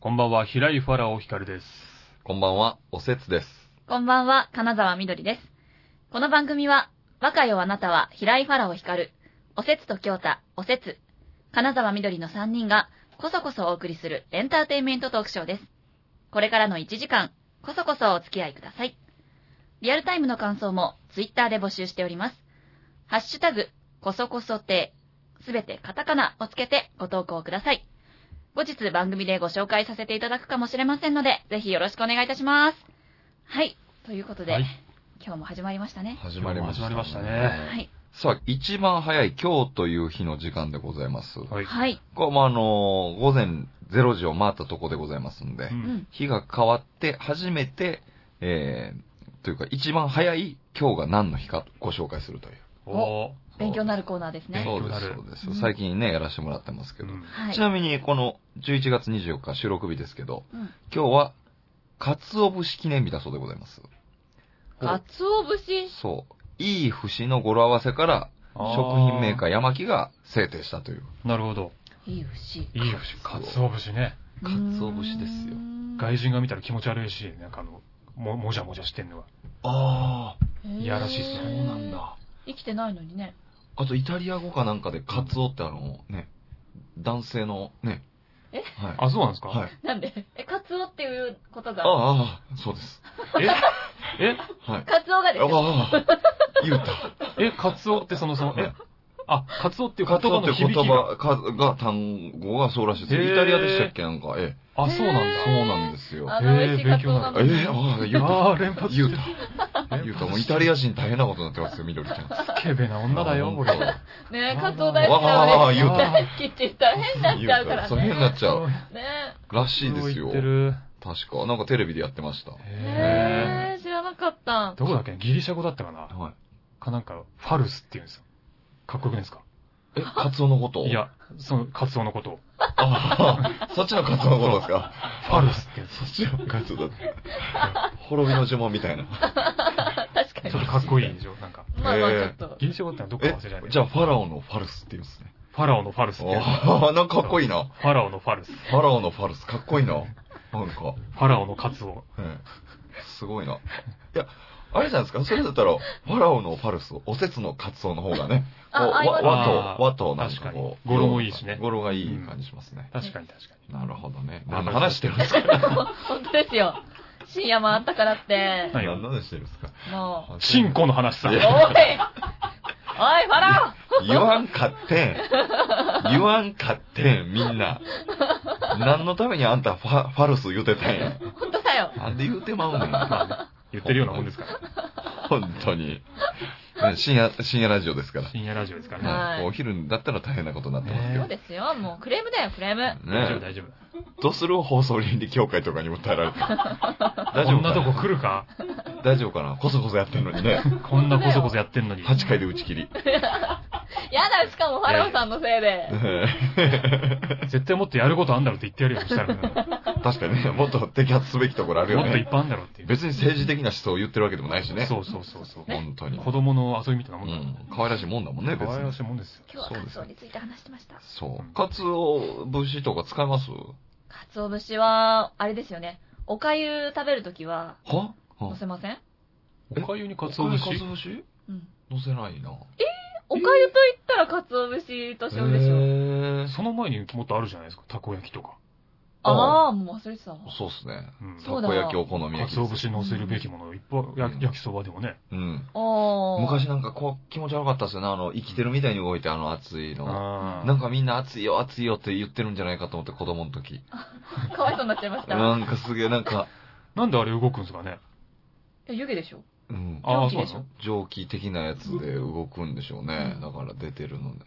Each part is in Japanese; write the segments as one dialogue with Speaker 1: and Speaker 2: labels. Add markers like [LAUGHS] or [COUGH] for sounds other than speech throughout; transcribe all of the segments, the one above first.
Speaker 1: こんばんは、平井ファラオヒカルです。
Speaker 2: こんばんは、おせつです。
Speaker 3: こんばんは、金沢みどりです。この番組は、若よあなたは平井ファラオ光る、おせつと京太、おせつ、金沢みどりの3人が、こそこそお送りするエンターテインメントトークショーです。これからの1時間、こそこそお付き合いください。リアルタイムの感想も、ツイッターで募集しております。ハッシュタグ、こそこそて、すべてカタカナをつけてご投稿ください。後日番組でご紹介させていただくかもしれませんので、ぜひよろしくお願いいたします。はい。ということで、
Speaker 1: はい。
Speaker 3: 今日も始まりましたね。
Speaker 2: 始まりまし
Speaker 1: 始
Speaker 2: た、
Speaker 1: まりましたね
Speaker 3: はい。
Speaker 2: さあ、一番早い今日という日の時間でございます。
Speaker 1: はい。
Speaker 3: はい。
Speaker 2: これもあのー午前0時を回ったとこでございますん
Speaker 1: う
Speaker 2: で、
Speaker 1: ん
Speaker 3: うん。
Speaker 2: 日が変わって初めて、えー、というか一番早い今日が何の日かご紹介するという。
Speaker 1: おー
Speaker 3: 勉強になるコーナーですね。
Speaker 2: そうで
Speaker 1: 勉強
Speaker 2: す、
Speaker 1: に
Speaker 2: そうです。
Speaker 3: うん
Speaker 2: 最近ね、やらせてもらってますけど。
Speaker 1: うん
Speaker 3: は
Speaker 2: ち
Speaker 3: い。
Speaker 2: なみに、この11月24日収録日ですけど、
Speaker 3: うん
Speaker 2: 今日は、鰹節記念日だそうでございます。
Speaker 3: かつお節。
Speaker 2: そう。いい節の語呂合わせから、
Speaker 1: あー
Speaker 2: 食品メーカーヤマキが制定したという。
Speaker 1: なるほど。
Speaker 3: いい節。
Speaker 1: いい節、か
Speaker 2: かつお
Speaker 1: つお節ね。
Speaker 2: かつお節ですよ
Speaker 3: うーん。
Speaker 1: 外人が見たら気持ち悪いし、なんかあの、も、もじゃもじゃしてんのは。
Speaker 2: ああ、
Speaker 3: へー
Speaker 1: いやらしいっすねそう。。
Speaker 3: 生きてないのにね。
Speaker 2: あとイタリア語かなんかでカツオってあの、ね、男性のね。
Speaker 3: え
Speaker 2: はい。
Speaker 1: あ、そうなんですか
Speaker 2: はい。
Speaker 3: なんで [LAUGHS] え、カツオっていうこと
Speaker 2: あ
Speaker 3: が。
Speaker 2: ああ、そうです。
Speaker 1: え、え、
Speaker 2: はい。
Speaker 3: カツオがです
Speaker 2: あ
Speaker 3: よ。
Speaker 2: あ、言った。
Speaker 1: え、カツオってその、その、え、あ、カツオっていう言
Speaker 2: カツ
Speaker 1: 葉
Speaker 2: オって
Speaker 1: の
Speaker 2: 言
Speaker 1: 響きが。
Speaker 2: 葉かが単語がそうらしいです。
Speaker 1: へー
Speaker 2: イタリアでしたっけなんか、ええ。
Speaker 1: あ、そうなん
Speaker 2: そう
Speaker 1: だ。
Speaker 2: なんですよ。
Speaker 3: あの美味しいカツオなの
Speaker 2: え
Speaker 3: に。
Speaker 2: え、ああ、言う
Speaker 1: ああー、連
Speaker 2: た。
Speaker 1: 発
Speaker 2: 言
Speaker 1: し
Speaker 2: う
Speaker 1: てる。
Speaker 2: た。言うた。もうイタリア人大変なことになってますよ、緑ちゃん。
Speaker 1: スケベな女だよ、俺。
Speaker 2: あ
Speaker 3: ねえ、カツオ大好きな
Speaker 2: わ
Speaker 3: の
Speaker 2: あ
Speaker 3: に。
Speaker 2: 言うた
Speaker 3: 大好きって言ったら変になっちゃうか
Speaker 2: 言
Speaker 3: ら
Speaker 2: たそう変にな
Speaker 3: ね。
Speaker 2: っちゃう。
Speaker 3: ね
Speaker 2: らしいです
Speaker 1: 言
Speaker 2: よ
Speaker 1: って。る。
Speaker 2: 確か。なんかテレビでやってました。
Speaker 3: え。
Speaker 1: へ
Speaker 3: へえ、知らなかった
Speaker 1: ー。どこだっけギリシャ語だったかな
Speaker 2: はい。
Speaker 1: かなんか、ファルスって言うんですよ。かっこよくないですか
Speaker 2: え、カツオのこと
Speaker 1: い。
Speaker 2: [LAUGHS]
Speaker 1: や、その、カツオのことを。
Speaker 2: ああ、そっちのカツオのことですか
Speaker 1: ファルスって言うんですよ
Speaker 2: そっち
Speaker 1: [LAUGHS]
Speaker 2: のカツオだって。 [LAUGHS] 滅びの呪文みたいな。
Speaker 3: [LAUGHS] 確かに
Speaker 1: ちょ。っとかっこいいでしょなんか。
Speaker 3: まあまあ、ち
Speaker 2: へ
Speaker 3: ょ
Speaker 2: え
Speaker 3: っと。
Speaker 1: ギリシャ語ってのはどっか
Speaker 2: え
Speaker 1: 忘れちゃい、
Speaker 2: じゃあファラオのファルスって言うんですね。
Speaker 1: ファラオのファルスっていう。フ
Speaker 2: ああ、 [LAUGHS] なんかかっこいいな。
Speaker 1: ァラオのファルス。フ
Speaker 2: ファラオのファルス、かっこいいな。なんか、
Speaker 1: ァラオのカツオ。
Speaker 2: ええすごいな。いや、あれじゃないですかそれだったら、ファラオのファルス、おせつのカツオの方がね、
Speaker 3: あ
Speaker 2: こう
Speaker 3: 合いますね
Speaker 2: わ和と、和となん
Speaker 1: 確か
Speaker 2: か
Speaker 1: に
Speaker 2: こう。
Speaker 1: 語呂もいいしね
Speaker 2: 語呂がいい感じしますね。
Speaker 1: 確かに確かに。
Speaker 2: なるほどね。
Speaker 1: なるほど
Speaker 2: 何の話してるんですか
Speaker 3: 本当ですよ。深夜もあったからって、
Speaker 1: 何
Speaker 2: 何の話してるんですか
Speaker 3: もう。
Speaker 1: チンコの話さ
Speaker 2: い。
Speaker 3: おいおい、ファラ
Speaker 2: 言わんかって
Speaker 1: [LAUGHS]
Speaker 2: ん。言わんかってん、みんな。何のためにあんたファファルス言うてたんや。
Speaker 3: オ本当だよ。
Speaker 2: なんで言うてまうねん。
Speaker 1: まあね、言ってるようなもんですから。
Speaker 2: 本当に。ね深夜、深夜ラジオですから。
Speaker 1: 深夜ラジオですからね。
Speaker 3: はい
Speaker 2: はいお昼だったら大変なことになってますけ
Speaker 1: ね
Speaker 2: ど。
Speaker 3: そうですよ。もうクレームだよ、クレーム。
Speaker 1: 大丈夫
Speaker 2: ね
Speaker 1: 大丈夫。
Speaker 2: どうする放送倫理協会とかに訴えられて。大
Speaker 1: こ
Speaker 2: 丈
Speaker 1: ん
Speaker 2: 夫
Speaker 1: な
Speaker 2: か
Speaker 1: とこ
Speaker 2: な
Speaker 1: 来るか
Speaker 2: 大丈夫かなこそこそやってんのにね。
Speaker 1: こんなこそこそやってんのに。
Speaker 2: 8回で打ち切り。
Speaker 3: やだ、しかもファラオさんのせいで。
Speaker 1: 絶対もっとやることあんだろって言ってやるよ、そしたら。も
Speaker 2: 確かにね、もっと摘発すべきところあるよ
Speaker 1: っといっ
Speaker 2: ね。
Speaker 1: ぱいあんだろっていう。
Speaker 2: 別に政治的な思想を言ってるわけでもないしね。
Speaker 1: そうそうそうそう。
Speaker 2: 本当に。
Speaker 1: 子供の遊びみたいな
Speaker 2: う
Speaker 1: もんだ
Speaker 2: ん。可愛らしいもんだもんね、
Speaker 1: か
Speaker 2: 別
Speaker 1: わいら
Speaker 2: に
Speaker 1: し。いもんですよ。
Speaker 3: 今日はカツオについて話してました。
Speaker 2: そう。カツオ節とか使います
Speaker 3: カツオ節は、あれですよね。おかゆ食べるときは、
Speaker 2: は
Speaker 3: 乗せません
Speaker 1: おかゆにカツオ節
Speaker 2: カツオ節
Speaker 3: うん。
Speaker 2: 乗せないな。
Speaker 3: おかゆと言ったらカツオ節としおでしょ。
Speaker 2: へー
Speaker 1: その前にもっとあるじゃないですか、たこ焼きとか。
Speaker 3: ああ、もう忘れてたわ。
Speaker 2: そうっすね。
Speaker 1: うん
Speaker 2: たこ焼きお好み
Speaker 1: か
Speaker 2: 焼き
Speaker 1: つ
Speaker 2: で
Speaker 1: お
Speaker 2: す。
Speaker 1: 節乗せるべきもの、いっぱい、や焼きそばでもね。
Speaker 2: うん。
Speaker 3: おー。
Speaker 2: 昔なんかこう気持ち悪かったですよね。あの、生きてるみたいに動いて、あの熱いの。
Speaker 1: あ
Speaker 2: なんかみんな熱いよ、熱いよって言ってるんじゃないかと思って、子供の時。
Speaker 3: かわいそうになっちゃいました。い
Speaker 2: なんかすげえ、なんか、
Speaker 1: なんであれ動くんですかね
Speaker 3: や湯気でしょ
Speaker 2: うん、
Speaker 1: ああ、そ
Speaker 3: 蒸気
Speaker 1: うな
Speaker 3: でしょ
Speaker 1: の
Speaker 2: 蒸気的なやつで動くんでしょうね。だから出てるのね。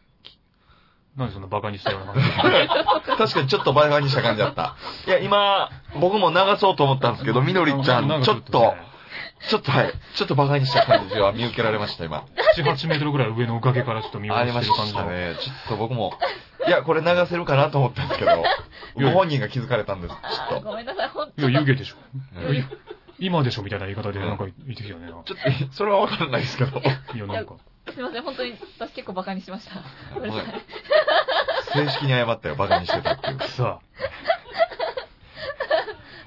Speaker 1: なんでそんなバカにしたような話
Speaker 2: [LAUGHS] 確かにちょっとバイバイにした感じだった。いや、今、僕も流そうと思ったんですけど、みのりちゃん、ちょっと、ちょっとはい、ちょっとバカにした感じは見受けられました、今。
Speaker 1: 7、8メートルぐらい上のおかげからちょっと見下
Speaker 2: あり
Speaker 1: ろ
Speaker 2: ま
Speaker 1: し
Speaker 2: し
Speaker 1: る
Speaker 2: て
Speaker 1: 感じ
Speaker 2: た
Speaker 1: の。
Speaker 2: ね。ちょっと僕も、いや、これ流せるかなと思ったんですけど、
Speaker 1: いや
Speaker 2: ご本人が気づかれたんです、ち
Speaker 3: あ
Speaker 2: ょ
Speaker 3: あ、
Speaker 2: っと。
Speaker 3: ごめんなさい、ほん
Speaker 1: い
Speaker 3: と。
Speaker 1: や、湯気でしょ。
Speaker 2: うん
Speaker 1: いや今でしょみたいな言い方でなんか言ってきたよね。
Speaker 2: ちょっと、それはわかんないですけど。
Speaker 1: いや、なんか。
Speaker 3: すいません、本当に私結構バカにしました。ごめんなさい。
Speaker 2: 正式に謝ったよ、バカにしてたっていう。
Speaker 1: さ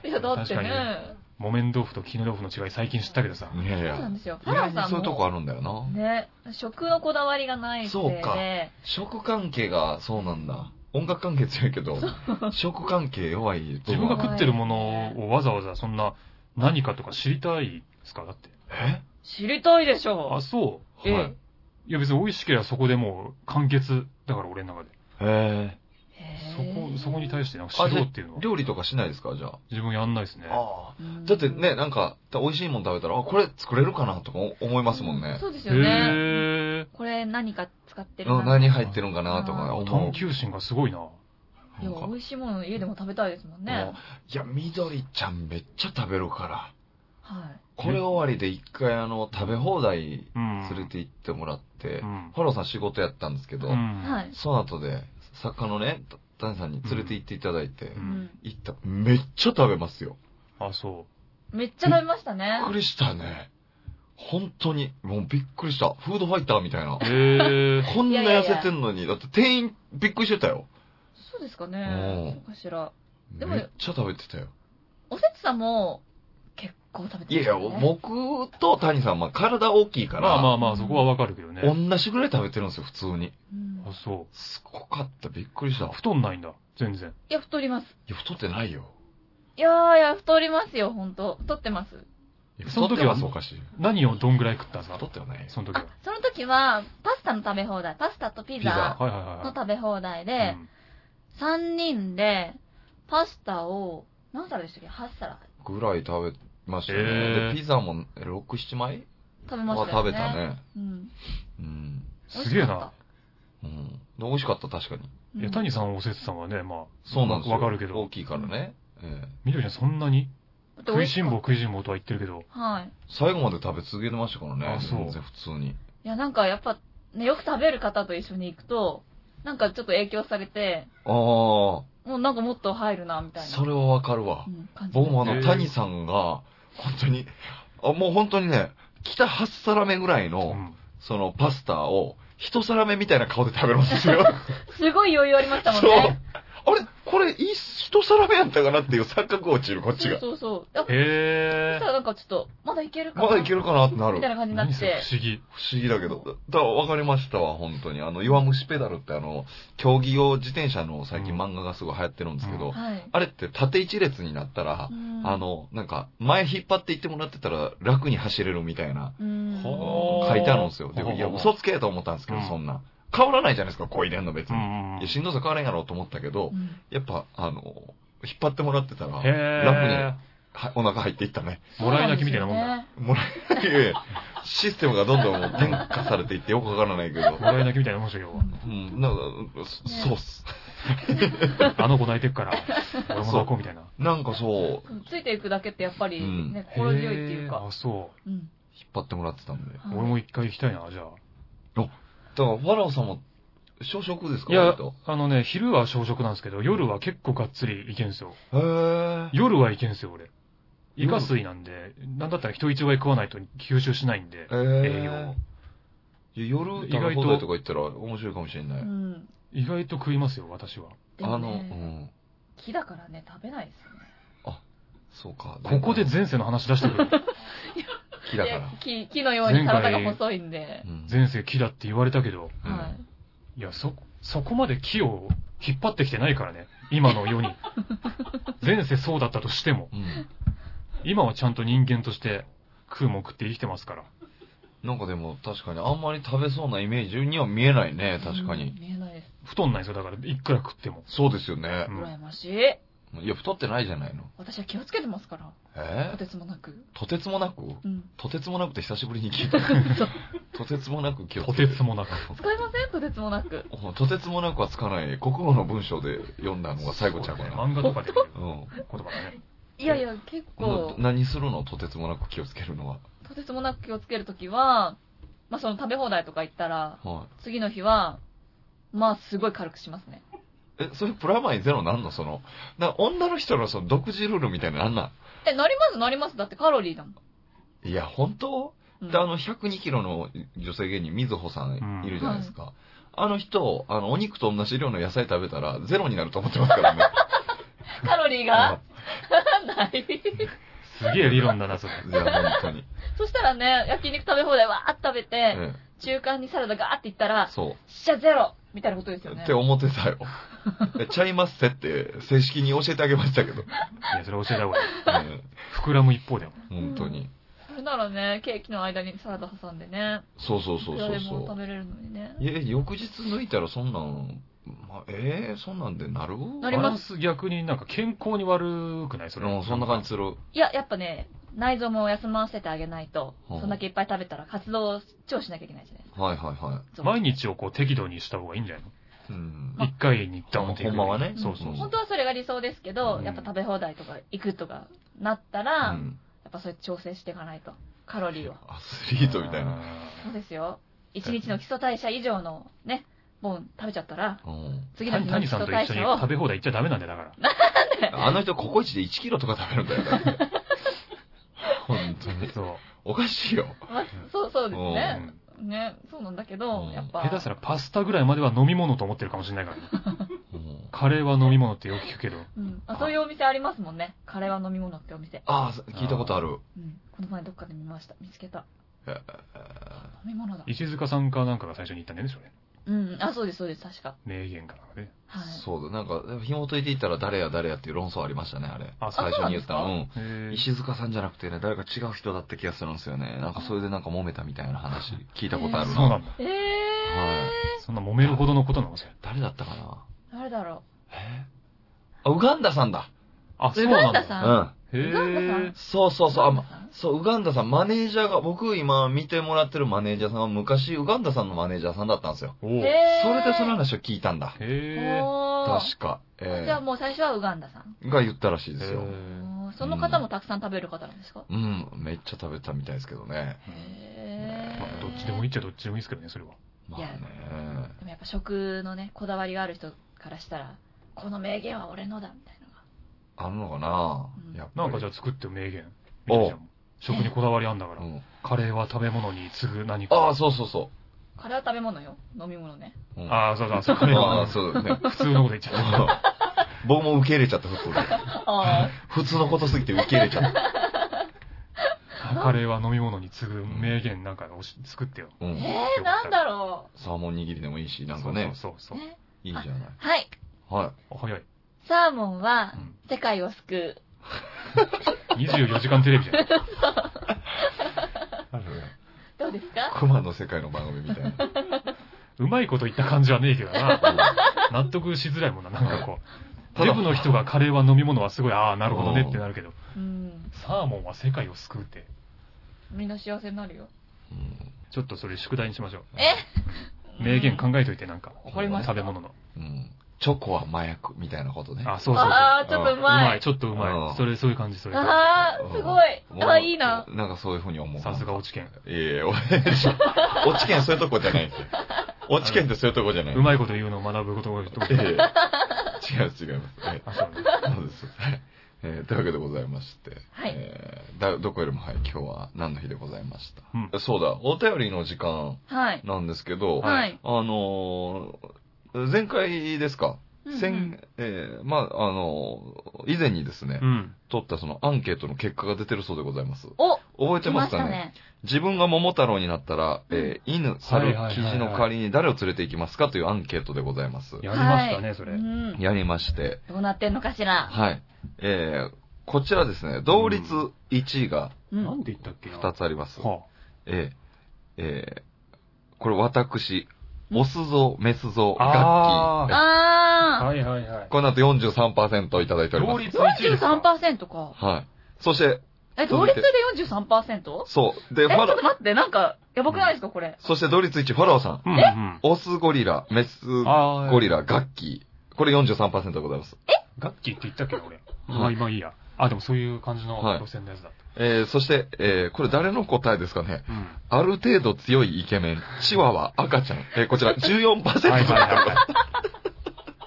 Speaker 3: よ、だっ
Speaker 1: 確
Speaker 3: て
Speaker 1: かに
Speaker 3: ね。
Speaker 1: 木綿豆腐と絹豆腐の違い最近知ったけどさ。
Speaker 2: いやい
Speaker 3: そうな
Speaker 2: や
Speaker 3: ん。ですよ。ファ
Speaker 2: 意外
Speaker 3: ラ
Speaker 2: に
Speaker 3: オさんも。
Speaker 2: そういうとこあるんだよな。
Speaker 3: ね、食のこだわりがないせい
Speaker 2: そうか
Speaker 3: で、
Speaker 2: 食関係がそうなんだ。音楽関係強いけど、食関係弱い。
Speaker 1: 自分が食ってるものをわざわざそんな何かとか知りたいですかだって。
Speaker 2: え
Speaker 3: 知りたいでしょ
Speaker 1: あ、
Speaker 3: う。
Speaker 1: そ
Speaker 3: え
Speaker 2: は
Speaker 3: え
Speaker 2: い。
Speaker 1: う。いや別に美味しければそこでもう完結。だから俺の中で。
Speaker 2: へ
Speaker 1: そこ、そこに対してなんか
Speaker 2: あ
Speaker 1: 知ろうっていうのは
Speaker 2: え。料理とかしないですかじゃあ。
Speaker 1: 自分やんないですね。
Speaker 2: あ
Speaker 3: うん
Speaker 2: だってね、、なんか、美味しいもん食べたら、あ、これ作れるかなとか思いますもんね。
Speaker 3: そうです
Speaker 1: へ
Speaker 3: よね。
Speaker 1: ー。
Speaker 3: これ何か使ってる
Speaker 2: うん
Speaker 3: な。い
Speaker 2: 何入ってるんかなとか思
Speaker 1: 探
Speaker 2: う。
Speaker 1: 求心がすごいな。
Speaker 2: な
Speaker 3: や、
Speaker 2: んか
Speaker 3: 美味しいもの家でも食べたいですもんね。
Speaker 2: いや、緑ちゃんめっちゃ食べるから。
Speaker 3: はい。
Speaker 2: これ終わりで一回あの、食べ放題
Speaker 1: うん。
Speaker 2: 連れて行ってもらって
Speaker 1: う、ん。
Speaker 2: ファローさん仕事やったんですけど、
Speaker 1: うん
Speaker 3: はい。
Speaker 2: その後で、作家のね、ダンさんに連れて行っていただいて、
Speaker 1: う
Speaker 3: うんん。
Speaker 2: 行った。めっちゃ食べますよ。
Speaker 1: あ、そ
Speaker 3: めっちゃ食べました
Speaker 2: び
Speaker 3: ね
Speaker 2: っ。くりしたね。本当に。もうびっくりした。フードファイターみたいな
Speaker 1: う。。へー。
Speaker 2: こんな痩せてんのに。だって店員びっくりしてたよ。
Speaker 3: そうですかね。
Speaker 2: う
Speaker 3: そ
Speaker 2: ん
Speaker 3: うかしら。でも
Speaker 2: めっちゃ食べてたよ。
Speaker 3: おせちさんも結構食べて
Speaker 2: いやいや、
Speaker 3: も
Speaker 2: 僕と谷さん、まあ体大きい [LAUGHS] から、
Speaker 1: まあまあまあ、そこはわかるけどね。
Speaker 2: 同じぐらい食べてるんですよ、普通に。
Speaker 3: うん。
Speaker 1: あ、そ。
Speaker 2: すごかった。びっくりした。いう
Speaker 1: 太んないんだ。全然。
Speaker 3: いや、太ります。
Speaker 2: や、太ってないよ。
Speaker 3: いやーいや、太りますよ、ほんと。太ってます。
Speaker 2: いや
Speaker 1: その
Speaker 2: 太っ
Speaker 1: 時
Speaker 2: て
Speaker 1: は
Speaker 2: はおかしい。
Speaker 1: 何をどんぐらい食ったんですか
Speaker 2: 太ってはないよ。
Speaker 1: その時
Speaker 3: あ
Speaker 1: は。、
Speaker 3: その時は、パスタの食べ放題、パスタとピ
Speaker 2: ピザ
Speaker 3: ザ
Speaker 1: はいはいはい
Speaker 3: の
Speaker 1: はい。
Speaker 3: 食べ放題
Speaker 1: う
Speaker 3: で、
Speaker 1: ん
Speaker 3: 3人で、パスタを、何皿でしたっけ ?8 皿
Speaker 2: ぐらい食べました
Speaker 1: へ
Speaker 2: ね。
Speaker 1: ー
Speaker 2: で、ピザも6、7枚
Speaker 3: 食べまし
Speaker 2: は
Speaker 3: たよ
Speaker 2: 食べ
Speaker 3: ね。
Speaker 2: た。ね。
Speaker 3: うん。
Speaker 2: うん。
Speaker 1: すげえな。
Speaker 2: うん。で美味しかった、確かに。
Speaker 1: い
Speaker 3: 美味
Speaker 1: や、
Speaker 3: しかった。
Speaker 1: 谷さん、おせつさんはね、まあ、
Speaker 2: そうなんですよ。
Speaker 1: わかるけど
Speaker 2: 大きいからね。ええ
Speaker 1: 緑ちゃんそんなに
Speaker 3: うん
Speaker 1: 食いしん。坊
Speaker 3: だって
Speaker 1: 食いしん坊とは言ってるけど、
Speaker 3: 美味しかったはい。
Speaker 2: 最後まで食べ続けてましたからね。
Speaker 1: あそう
Speaker 2: 全然普通に。
Speaker 3: いや、なんかやっぱ、ね、よく食べる方と一緒に行くと、なんかちょっと影響されて、
Speaker 2: あ
Speaker 3: もうなんかもっと入るな、みた
Speaker 2: あ、
Speaker 3: いな。
Speaker 2: それはわかるわ
Speaker 3: う。ん、感じ。
Speaker 2: 僕もあ
Speaker 1: へ
Speaker 2: の、
Speaker 1: ー
Speaker 2: 谷さんが、本当に、あもう本当にね、北8皿目ぐらいうの、
Speaker 1: ん。
Speaker 2: そのパスタを、一皿目みたいな顔で食べます
Speaker 3: [LAUGHS]
Speaker 2: よ。
Speaker 3: すごい余裕ありましたもん
Speaker 2: そう。
Speaker 3: ね。
Speaker 2: あれこれ、い一皿目やったかなっていう錯覚落ちる、こっちが。
Speaker 3: そうそうそう。あそ
Speaker 1: へ
Speaker 3: したらなんかちょっと、まだいけるかな
Speaker 2: まだいけるかなってなる
Speaker 3: みたい。な感
Speaker 1: ー。
Speaker 3: じにな
Speaker 1: 何
Speaker 3: っ
Speaker 1: それ
Speaker 3: て。
Speaker 1: 不思議。
Speaker 2: 不思議だけど。だ、だわかりましたわ、本当に。あの、弱虫ペダルってあの、競技用自転車の最近
Speaker 1: うん
Speaker 2: 漫画がすごい流行ってるんですけど、
Speaker 3: はい。
Speaker 2: あれって縦一列になったら、
Speaker 3: うん
Speaker 2: あ、の、なんか、前引っ張っていってもらってたら楽に走れるみたいな、
Speaker 3: うん。
Speaker 1: ほおー
Speaker 2: 書いてあるんですよ。でも、いや、
Speaker 1: ほうほうほう
Speaker 2: 嘘つけと思ったんですけど、
Speaker 1: うん
Speaker 2: そんな。変わらないじゃないですか、こいでんの別
Speaker 1: う
Speaker 2: に。
Speaker 1: ん。
Speaker 2: いや、しんどさ変わらんやろうと思ったけど
Speaker 3: う、ん
Speaker 2: やっぱ、あの、引っ張ってもらってたら、
Speaker 1: へ
Speaker 2: はお腹入っていったね。
Speaker 1: ー。もらい泣きみたいなもん
Speaker 3: そう
Speaker 1: だ。
Speaker 3: ですよね
Speaker 2: もらえ、いやい
Speaker 1: [LAUGHS]
Speaker 2: やシステムがどんどんもう変化されていってよくわからないけど
Speaker 1: も。らい泣きみたいなもんでしたよ、
Speaker 3: [LAUGHS]
Speaker 2: うん、なんか、そ
Speaker 3: ね
Speaker 2: そうっす。
Speaker 1: 今日は。あの子泣いてるから、俺も泣こうみたいな。
Speaker 2: なんかそう、
Speaker 3: うんついていくだけってやっぱり
Speaker 2: うん
Speaker 3: ね、心強いっていう
Speaker 1: へー
Speaker 3: か。
Speaker 1: あ、そ
Speaker 3: うん。
Speaker 2: 引っ張ってもらってたんで。だか
Speaker 1: う。俺も一回行きたいな、じゃあ。
Speaker 2: ら、ファラオさんも、小食ですか
Speaker 1: いや
Speaker 2: 割と、
Speaker 1: あのね、昼は小食なんですけど、夜は結構がっつりいけんすよ。
Speaker 2: へー。
Speaker 1: 夜はいけんすよ、俺。イカ水なんで、なんだったら人一倍食わないと吸収しないんで、栄養を
Speaker 2: え。えー。夜
Speaker 1: 意
Speaker 2: 食
Speaker 1: 外
Speaker 2: べ
Speaker 1: と
Speaker 2: 放題とか言ったら面白いかもしれない。
Speaker 3: うん。
Speaker 1: 意外と食いますよ、私は。
Speaker 3: で
Speaker 2: あ
Speaker 3: も
Speaker 2: の、う
Speaker 3: ね、
Speaker 2: ん。
Speaker 3: 木だからね、食べないですよね。
Speaker 2: そうか。
Speaker 1: ここで前世の話出してくる。
Speaker 2: 木だから
Speaker 3: いや。木木のように体が細いんで
Speaker 2: う。ん
Speaker 1: 前世木だって言われたけど、
Speaker 2: うん
Speaker 3: はい。
Speaker 1: いや、そ、そこまで木を引っ張ってきてないからね、今の世に。
Speaker 3: [LAUGHS]
Speaker 1: 前世そうだったとしても、
Speaker 2: うん。
Speaker 1: 今はちゃんと人間として食うもん食って生きてますから。
Speaker 2: なんかでも確かにあんまり食べそうなイメージには見えないね、確か
Speaker 3: うん
Speaker 2: に。
Speaker 3: 見えないです。
Speaker 1: 太んないんですよ、だから、いくら食っても。
Speaker 2: そうですよね
Speaker 1: う。ん
Speaker 3: 羨ましい。
Speaker 2: いや、太ってないじゃないの。
Speaker 3: 私は気をつけてますから。
Speaker 2: え
Speaker 3: とてつもなく。
Speaker 2: ーとてつもなく
Speaker 3: うん。
Speaker 2: とてつもなくって久しぶりに聞いた。
Speaker 3: そう
Speaker 2: とてつもなく気を
Speaker 1: と
Speaker 2: つけ
Speaker 1: てつもなく。
Speaker 3: 使いませんとてつもなく。
Speaker 2: とてつもなくはつかない国語の文章で読んだのが最後ちゃうかな。
Speaker 1: 漫画とかで見る
Speaker 2: う
Speaker 1: 言葉だね。
Speaker 3: いやいや、結
Speaker 2: んな
Speaker 3: 構。、
Speaker 2: 何するのとてつもなく気をつけるのは。
Speaker 3: とてつもなく気をつけるときは、まあその食べ放題とか行ったら、
Speaker 2: は
Speaker 3: 次の日は、まあすごい軽くしますね。
Speaker 2: い。え、それプラマイゼロなんのその、な女の人のその独自ルールみたいなのあんな
Speaker 3: え、なりますなります。だってカロリーだもん。
Speaker 2: んいや、本当
Speaker 3: うん
Speaker 2: で、あの、102キロの女性芸人、みずほさんいるじゃないですか。あの人、あの、お肉と同じ量の野菜食べたら、ゼロになると思ってますからね。
Speaker 3: [LAUGHS] カロリーが
Speaker 2: うん
Speaker 3: ない。
Speaker 1: すげえ理論だな、それ。
Speaker 2: [LAUGHS] いや、本当に。
Speaker 3: そしたらね、焼肉食べ放題わーっと食べ
Speaker 2: う
Speaker 3: て、
Speaker 2: ん。
Speaker 3: 中間にサラダガーっていったら、
Speaker 2: そ
Speaker 3: 死者ゼロみたいなことです
Speaker 2: う。
Speaker 3: よね
Speaker 2: って。思って
Speaker 3: [LAUGHS]
Speaker 2: たよ。ちゃいますせって、正式に教えてあげましたけど。うん。
Speaker 1: いや、それ教えた方がいい。膨らむ一方だよ。
Speaker 2: 本当に。
Speaker 3: それならね、ケーキの間にサラダ挟んでね、
Speaker 2: そうそうそ
Speaker 3: いうくら
Speaker 2: そ
Speaker 3: で
Speaker 2: う
Speaker 3: も食
Speaker 2: そ
Speaker 3: べれるのにね
Speaker 2: う。。いや、翌日抜いたらそんなん、まあ、ええそんなんでなる
Speaker 3: な
Speaker 1: バ
Speaker 3: り
Speaker 1: ラ
Speaker 3: ま
Speaker 1: ンス逆になんか健康に悪くないそれ。
Speaker 2: うん、そんな感じする。
Speaker 3: いや、やっぱね、内臓も休ませてあげないと、
Speaker 2: うん
Speaker 3: そんだけいっぱい食べたら活動を超しなきゃいけないじゃない
Speaker 2: はいはいは
Speaker 1: 毎日をこう適度にした方がいいんじゃない
Speaker 2: い。うん
Speaker 1: の。一回にドンっていくより
Speaker 2: ほんまはね
Speaker 1: そうそうそ
Speaker 3: 本
Speaker 1: う。
Speaker 3: 当はそれが理想ですけど、
Speaker 2: うん
Speaker 3: やっぱ食べ放題とか行くとかなったら、やっぱそれ調整していかないと。カロリーを。
Speaker 2: アスリートみたいな。
Speaker 1: な。
Speaker 3: そうですよ。一日の基礎代謝以上のね、もん食べちゃったら、
Speaker 2: うん
Speaker 3: 次の日の基
Speaker 1: 谷さん
Speaker 3: 礎
Speaker 1: と一
Speaker 3: 代
Speaker 1: 緒に
Speaker 3: 謝を
Speaker 1: 食。べ放題行っちゃダメなんだよ、だから。
Speaker 2: あの人、ココイチで1キロとか食べるんだよだって。
Speaker 3: [LAUGHS]
Speaker 2: 本当に。
Speaker 1: そう。
Speaker 2: おかしいよ。
Speaker 3: まあそうそうです
Speaker 1: う
Speaker 3: ね。
Speaker 1: ん
Speaker 3: ね、そうなんだけど
Speaker 2: う、ん
Speaker 3: やっぱ。
Speaker 1: 下手したらパスタぐらいまでは飲み物と思ってるかもしれない
Speaker 3: [LAUGHS]
Speaker 1: からね。
Speaker 2: うん
Speaker 1: カレーは飲み物ってよく聞くけど。
Speaker 3: うん。あ、そういうお店ありますもんね。カレーは飲み物ってお店。
Speaker 2: ああ、聞いたことある。
Speaker 3: うん。この前どっかで見ました。見つけた。
Speaker 2: え
Speaker 3: 飲み物だ。
Speaker 1: 石塚さんかなんかが最初に言ったんだよね、
Speaker 3: [LAUGHS]
Speaker 1: それ。
Speaker 3: うん。あ、そうです、そうです。確か。
Speaker 1: 名言かなんかね。
Speaker 3: はい。
Speaker 2: そうだ、なんか、紐解いていったら誰や誰やっていう論争ありましたね、あれ。
Speaker 1: あそう
Speaker 2: 最初に言った
Speaker 3: あそうな
Speaker 2: の。う
Speaker 1: へ
Speaker 2: ん。
Speaker 1: ー
Speaker 2: 石塚さんじゃなくてね、誰か違う人だった気がするんですよね。なんかそれでなんか揉めたみたいな話聞いたことあ
Speaker 1: そ
Speaker 2: る
Speaker 1: う
Speaker 2: な。
Speaker 1: なんだ。
Speaker 3: え
Speaker 2: はい
Speaker 3: え
Speaker 1: そんな揉めるほどのことなのそれ。
Speaker 2: 誰だったかな
Speaker 3: ー。誰だろ
Speaker 2: えーあ、ウガンダさんだ。
Speaker 1: あ、
Speaker 3: う。
Speaker 1: そう
Speaker 3: ウ
Speaker 1: な
Speaker 3: ガン
Speaker 1: んだ。
Speaker 3: ダ
Speaker 2: う
Speaker 3: さん
Speaker 2: ん。
Speaker 1: へ
Speaker 3: ウガンダさん
Speaker 1: え。
Speaker 2: そうそうそう。あ、ま
Speaker 3: あ
Speaker 2: そう、ウガンダさん、マネージャーが、僕今見てもらってるマネージャーさんは昔、ウガンダさんのマネージャーさんだったんですよ。
Speaker 1: おうへ
Speaker 3: へー
Speaker 2: それでその話を聞いたんだ。
Speaker 1: え。
Speaker 3: おー
Speaker 2: 確か。え
Speaker 3: じゃあもう最初はウガンダさん。
Speaker 2: ー、が言ったらしいですよ。
Speaker 3: おーその方もたくさん食べる方なんですか
Speaker 2: うん、めっちゃ食べたみたいですけどね。
Speaker 3: へ
Speaker 1: まあ、
Speaker 3: ー
Speaker 1: どっちでもいいっちゃどっちでもいいですけどね、それは。
Speaker 2: まあね。
Speaker 3: でもやっぱ食のね、こだわりがある人からしたら、この名言は俺のだ、みたいなのが。
Speaker 2: あるのかな
Speaker 3: うん
Speaker 2: やっぱり。
Speaker 1: なんかじゃあ作ってよ名言。みなちゃんも食にこだわりあんだから
Speaker 2: う。ん
Speaker 1: カレーは食べ物に次ぐ何か。
Speaker 2: ああ、そうそうそ
Speaker 3: カレーは食べ物よ。飲み物ね。
Speaker 2: う。うん
Speaker 1: ああ、そうだ、そうカレー
Speaker 2: あ
Speaker 1: は
Speaker 2: あ、。そうだよね。 [LAUGHS]
Speaker 1: 普通のこと言っちゃ
Speaker 2: う
Speaker 1: った。
Speaker 2: ん僕も受け入れちゃった、普通で。
Speaker 3: あ
Speaker 2: 普通のことすぎて受け入れちゃった。
Speaker 1: カレーは飲み物に次ぐ名言なんかをし作ってよ。
Speaker 2: う
Speaker 3: あ。
Speaker 2: ん。
Speaker 3: えー、なんだろ
Speaker 2: サーモン握りでもいいし、なんかね、
Speaker 1: そうそうそ
Speaker 3: う。
Speaker 1: う。
Speaker 3: ね
Speaker 2: いいじゃない。
Speaker 3: はい。
Speaker 2: は
Speaker 1: お早い。
Speaker 3: サーモンは
Speaker 1: うん
Speaker 3: 世界を救
Speaker 1: 24時間テレビじゃん。
Speaker 2: い。
Speaker 3: う。どうですか
Speaker 2: 熊の世界の番組みたいな。
Speaker 1: うまいこと言った感じはねえけどな。 [LAUGHS] 納得しづらいもんな、なんかこう。
Speaker 2: た
Speaker 1: デ
Speaker 2: だ
Speaker 1: ブの人がカレーは飲み物はすごい、ああ、なるほどねってなるけど、
Speaker 3: うん。
Speaker 1: サーモンは世界を救うって。
Speaker 3: みんな幸せになるよ。
Speaker 2: うん
Speaker 1: ちょっとそれ宿題にしましょう。
Speaker 3: え
Speaker 1: 名言考えといて、なんか。
Speaker 2: わかりました
Speaker 1: 食べ物の。
Speaker 2: うん。チョコは麻薬みたいなことね。
Speaker 1: あ、そうそうそう。
Speaker 3: ああー、ちょっとう
Speaker 1: う
Speaker 3: ま
Speaker 1: ま
Speaker 3: い
Speaker 1: い、。ちょっとうま
Speaker 2: う
Speaker 1: い。
Speaker 2: ん
Speaker 1: それ、そういう感じ、それ。さ
Speaker 3: ああ、すご
Speaker 2: う
Speaker 3: い。
Speaker 2: ん
Speaker 3: ああ、いいな。。
Speaker 2: なんかそういうふうに思う。
Speaker 1: すが落ち券。
Speaker 2: ええ、お落ち券そういうとこじゃないんですよ。落ち券ってそういうとこじゃない。
Speaker 1: うまいこと言うのを学ぶことが多いと思っ
Speaker 2: ええ
Speaker 1: て。
Speaker 2: 違う違います。え
Speaker 1: あ、そうね。
Speaker 2: えそうです。はいえーというわけでございまして、
Speaker 3: はい
Speaker 2: えーだどこよりも、はい、今日は何の日でございました、
Speaker 1: う
Speaker 2: そうだ、お便りの時間
Speaker 3: はい。
Speaker 2: なんですけど、
Speaker 3: はい。
Speaker 2: あのー前回ですか、先えーまあ、あのー以前にですね、
Speaker 1: うん。
Speaker 2: 取ったそのアンケートの結果が出てるそうでございます。
Speaker 3: お
Speaker 2: 覚えて
Speaker 3: 来
Speaker 2: ま
Speaker 3: ますし
Speaker 2: か
Speaker 3: た
Speaker 2: ね
Speaker 3: ね。
Speaker 2: 自分が桃太郎になったら、えー犬、猿
Speaker 1: はいはいは、い
Speaker 2: キ
Speaker 1: はい
Speaker 2: ジの代わりに誰を連れて行きますかというアンケートでございます。
Speaker 1: やりましたね、それ。
Speaker 3: う
Speaker 1: うん
Speaker 3: ん
Speaker 2: やりまして、
Speaker 3: どうなってんのかしら。
Speaker 2: はい。えーこちらですね、同率1位が
Speaker 3: う
Speaker 1: なん
Speaker 3: ん。
Speaker 1: て言ったっけな。
Speaker 2: 2つあります。
Speaker 1: は
Speaker 2: えーえーこれ私、オス像、メス像、
Speaker 1: あ
Speaker 2: ガッ
Speaker 1: ー
Speaker 2: キー。
Speaker 1: あ。
Speaker 3: あ
Speaker 1: はいはいはい。
Speaker 2: この後43%いただいておりま
Speaker 1: 同
Speaker 2: す。
Speaker 1: 率
Speaker 3: ー。
Speaker 1: 1位ですか。
Speaker 3: 43%か。
Speaker 2: はい。そして、
Speaker 3: え、同
Speaker 2: 続い
Speaker 3: 率
Speaker 2: て
Speaker 3: で 43%? え、ちょっ
Speaker 2: そう。で、ファラ
Speaker 3: と、待って、なんか、やばくないですか、これ。
Speaker 2: そして同率1位、ファラオさん。
Speaker 1: うんうん。
Speaker 2: オスゴリラ、メス
Speaker 1: あー
Speaker 2: ゴリラ、ガッキー。これ43%でございます。
Speaker 1: ガッキーって言ったっけな、俺。まあ今いいや。あ、でもそういう感じの
Speaker 2: はい
Speaker 1: 路線のやつだっ
Speaker 2: えー、そして、えー、これ誰の答えですかね
Speaker 1: た。うん。
Speaker 2: ある程度強いイケメン、チワワ、赤ちゃん。えー、こ
Speaker 1: [LAUGHS]
Speaker 2: ちら14%となってお
Speaker 1: はい
Speaker 2: り
Speaker 1: はいはい
Speaker 2: ます。
Speaker 1: はい。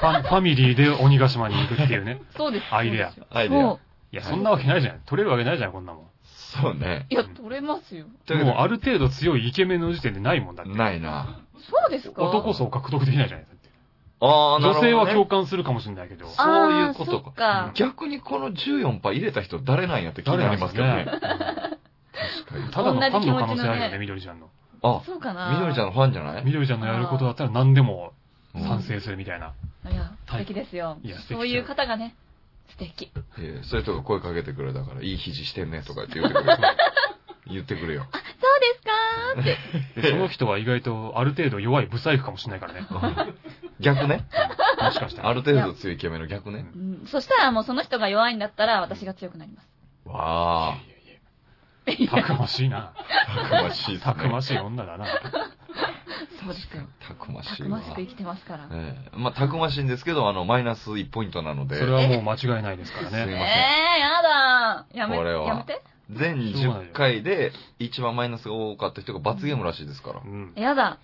Speaker 1: ファファミリーで鬼ヶ島に行くっていう
Speaker 2: [LAUGHS]
Speaker 1: ね。
Speaker 3: そうです。
Speaker 1: アイデア
Speaker 3: そうですよ
Speaker 2: アイデア
Speaker 3: そう
Speaker 1: いや、そんなわけないじゃん。取れるわけないじゃん、こんなもん。
Speaker 2: そうね。
Speaker 3: いや、取れますよ。
Speaker 2: という
Speaker 1: もう
Speaker 2: わ
Speaker 1: ある程度強いイケメンの時点でないもんだっ
Speaker 2: け
Speaker 1: て
Speaker 2: で。ないな。
Speaker 3: そうですか
Speaker 1: 男層獲得できないじゃないですか。
Speaker 2: ああ、な
Speaker 1: 女
Speaker 2: るほど、ね。
Speaker 1: 性は共感するかもしれないけど。
Speaker 2: あそういう
Speaker 3: あー
Speaker 2: ことか
Speaker 3: そっか。
Speaker 2: 逆にこの14パー入れた人誰なんやって気に
Speaker 1: 誰
Speaker 2: な
Speaker 1: な
Speaker 2: り
Speaker 1: んで
Speaker 2: ますすけど
Speaker 1: かね
Speaker 2: ね。。確かに。
Speaker 1: ただのファンの可能性ある
Speaker 3: 同じ気持ち
Speaker 1: よ
Speaker 3: の
Speaker 1: ね、
Speaker 3: ね
Speaker 1: みどりちゃんの。
Speaker 2: あ、
Speaker 3: そうかな。
Speaker 2: みどりちゃんのファンじゃない
Speaker 1: みどりちゃんのやることだったら何でも
Speaker 2: うん
Speaker 1: 賛成するみたいな。
Speaker 3: いや、素敵ですよ。
Speaker 1: いや素敵
Speaker 3: そういう方がね、素敵。
Speaker 2: えーそういうとこ声かけてくれたから、いい肘してんねとかって言って
Speaker 1: [LAUGHS]
Speaker 2: くれる。言ってくれよ。
Speaker 3: そうですかーって。
Speaker 1: でその人は意外とある程度弱いブサイクかもしれないから
Speaker 2: [LAUGHS]
Speaker 1: ね。
Speaker 2: 逆ね。
Speaker 1: もしかしたら。
Speaker 2: ある程度強いイケメンの逆ね。
Speaker 3: うん、そしたらもうその人が弱いんだったら私が強くなります。
Speaker 2: わあ、
Speaker 1: たくましいな。
Speaker 2: たくましいですね。
Speaker 1: たくましい女だな。
Speaker 3: そうですよ。
Speaker 2: たくま
Speaker 3: た
Speaker 2: しい
Speaker 3: く
Speaker 2: わ
Speaker 3: ましく生きてますから。
Speaker 2: ええまあ、たくましいんですけど、あの、マイナス1ポイントなので
Speaker 1: そ、れはもう間違いないですから
Speaker 2: えす
Speaker 1: ね。
Speaker 2: いません
Speaker 3: えー、やだー。やめ
Speaker 2: これは
Speaker 3: やめて。
Speaker 2: 全10回で一番マイナスが多かった人が罰ゲームらしいですから
Speaker 1: う。ん。
Speaker 3: やだ。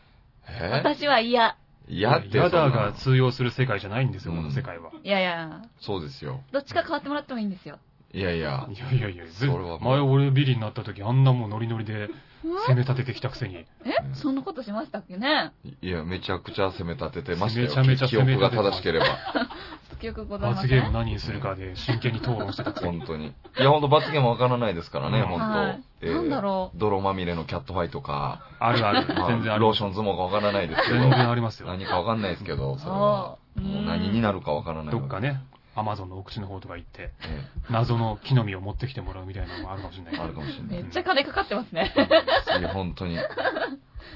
Speaker 2: ええ
Speaker 3: 私は嫌。
Speaker 2: やって
Speaker 1: やだ
Speaker 2: そんな
Speaker 1: が通用する世界じゃないんですよ、
Speaker 2: うん
Speaker 1: この世界は。
Speaker 3: いやいや、
Speaker 2: そうですよ。
Speaker 3: どっちか変わってもらってもいいんですよ。
Speaker 2: いやいや
Speaker 1: い。やいやいや、ず
Speaker 2: それはもう
Speaker 1: 前俺ビリになった時あんなもうノリノリで攻め立ててきたくせに。
Speaker 3: えそんなことしましたっけね
Speaker 2: いや、めちゃくちゃ攻め立ててましたよ。
Speaker 1: めちゃめちゃ
Speaker 2: 記
Speaker 1: 攻め
Speaker 2: 憶
Speaker 1: 立て
Speaker 2: が
Speaker 1: て
Speaker 2: 正しければ。
Speaker 3: 記憶ございませ
Speaker 1: 罰
Speaker 3: ん。
Speaker 1: ゲーム何にするかで真剣に討論してたくせに。
Speaker 2: 本当に。いや、ほんと罰ゲームわからないですからね、
Speaker 1: うん
Speaker 2: ほん
Speaker 3: はい
Speaker 2: と。えー
Speaker 3: なんだろう
Speaker 2: 泥まみれのキャットファイトか、
Speaker 1: あるある。
Speaker 2: [LAUGHS] まあ
Speaker 1: 全然ある
Speaker 2: ロー。ション相撲かわからないですけど、
Speaker 1: 全然ありますよ。
Speaker 2: 何かわかんないですけど、それは。
Speaker 3: そう
Speaker 2: もう
Speaker 3: うん
Speaker 2: 何になるかわからないの
Speaker 1: ど
Speaker 2: で。
Speaker 1: っかね、アマゾンの奥地の方とか行って、
Speaker 2: ええ。
Speaker 1: 謎の木の実を持ってきてもらうみたいなのもあるかもしれないけ
Speaker 2: あ
Speaker 1: ど
Speaker 2: るかもしれな
Speaker 3: め
Speaker 2: い。
Speaker 3: っちゃ金かかってますね。
Speaker 2: いや、本当に。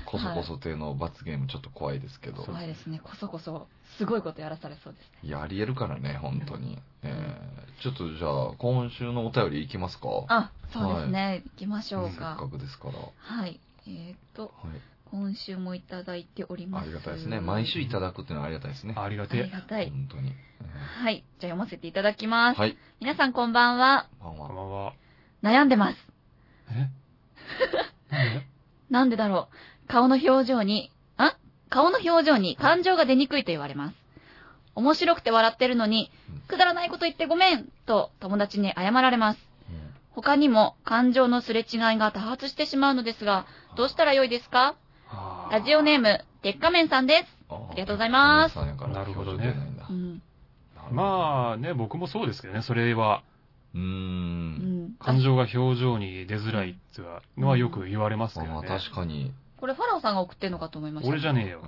Speaker 2: こそこそ亭の罰ゲームちょっと怖いですけど。
Speaker 3: 怖いですね。こそこそ、すごいことやらされそうですね。
Speaker 2: いや、ありえるからね、本当に。ええちょっとじゃあ、今週のお便りいきますか
Speaker 3: あ、そうですね。行きましょう
Speaker 2: せっ
Speaker 3: か
Speaker 2: か。くですから。は
Speaker 3: はい。えーっと、
Speaker 2: い。
Speaker 3: 今週もいただいておりま
Speaker 2: あ
Speaker 3: す。
Speaker 2: りがたいですね。毎週いただくっていうのはありがたいですね。
Speaker 1: ありが
Speaker 3: あ
Speaker 1: て
Speaker 3: り
Speaker 1: え。
Speaker 3: がたい。
Speaker 2: 本当に。え
Speaker 3: はい。じゃあ読ませていただきま
Speaker 2: え
Speaker 3: す。
Speaker 2: はい。
Speaker 3: 皆さんこんばんは。
Speaker 2: まあま
Speaker 1: こん
Speaker 2: あ
Speaker 1: ばんは。
Speaker 3: 悩んでます。
Speaker 1: えなんで
Speaker 3: なんでだろう。顔の表情に、あ顔の表情に感情が出にくいと言われます。面白くて笑ってるのに
Speaker 2: うん、
Speaker 3: くだらないこと言ってごめんと友達に謝られます。
Speaker 2: うん
Speaker 3: 他にも感情のすれ違いが多発してしまうのですが、どうしたらよいですか
Speaker 1: あー
Speaker 3: ラジオネーム、鉄仮面さんで
Speaker 2: あ
Speaker 3: ありがとうございます
Speaker 2: お姉さんやから
Speaker 1: なるほどね
Speaker 2: 表情出ないんだ
Speaker 3: す。うん。
Speaker 2: あ。
Speaker 1: まあね、僕もそうですけどね、それは、
Speaker 2: うー。
Speaker 3: うんん。
Speaker 1: 感情が表情に出づらいっていうのはよく言われます
Speaker 2: まあ
Speaker 1: け
Speaker 2: ま
Speaker 1: ど
Speaker 2: あ
Speaker 1: ね。
Speaker 2: 確かに。
Speaker 3: これファラオさんが送ってんのかと思いました。
Speaker 1: 俺じゃねえよ
Speaker 2: あ。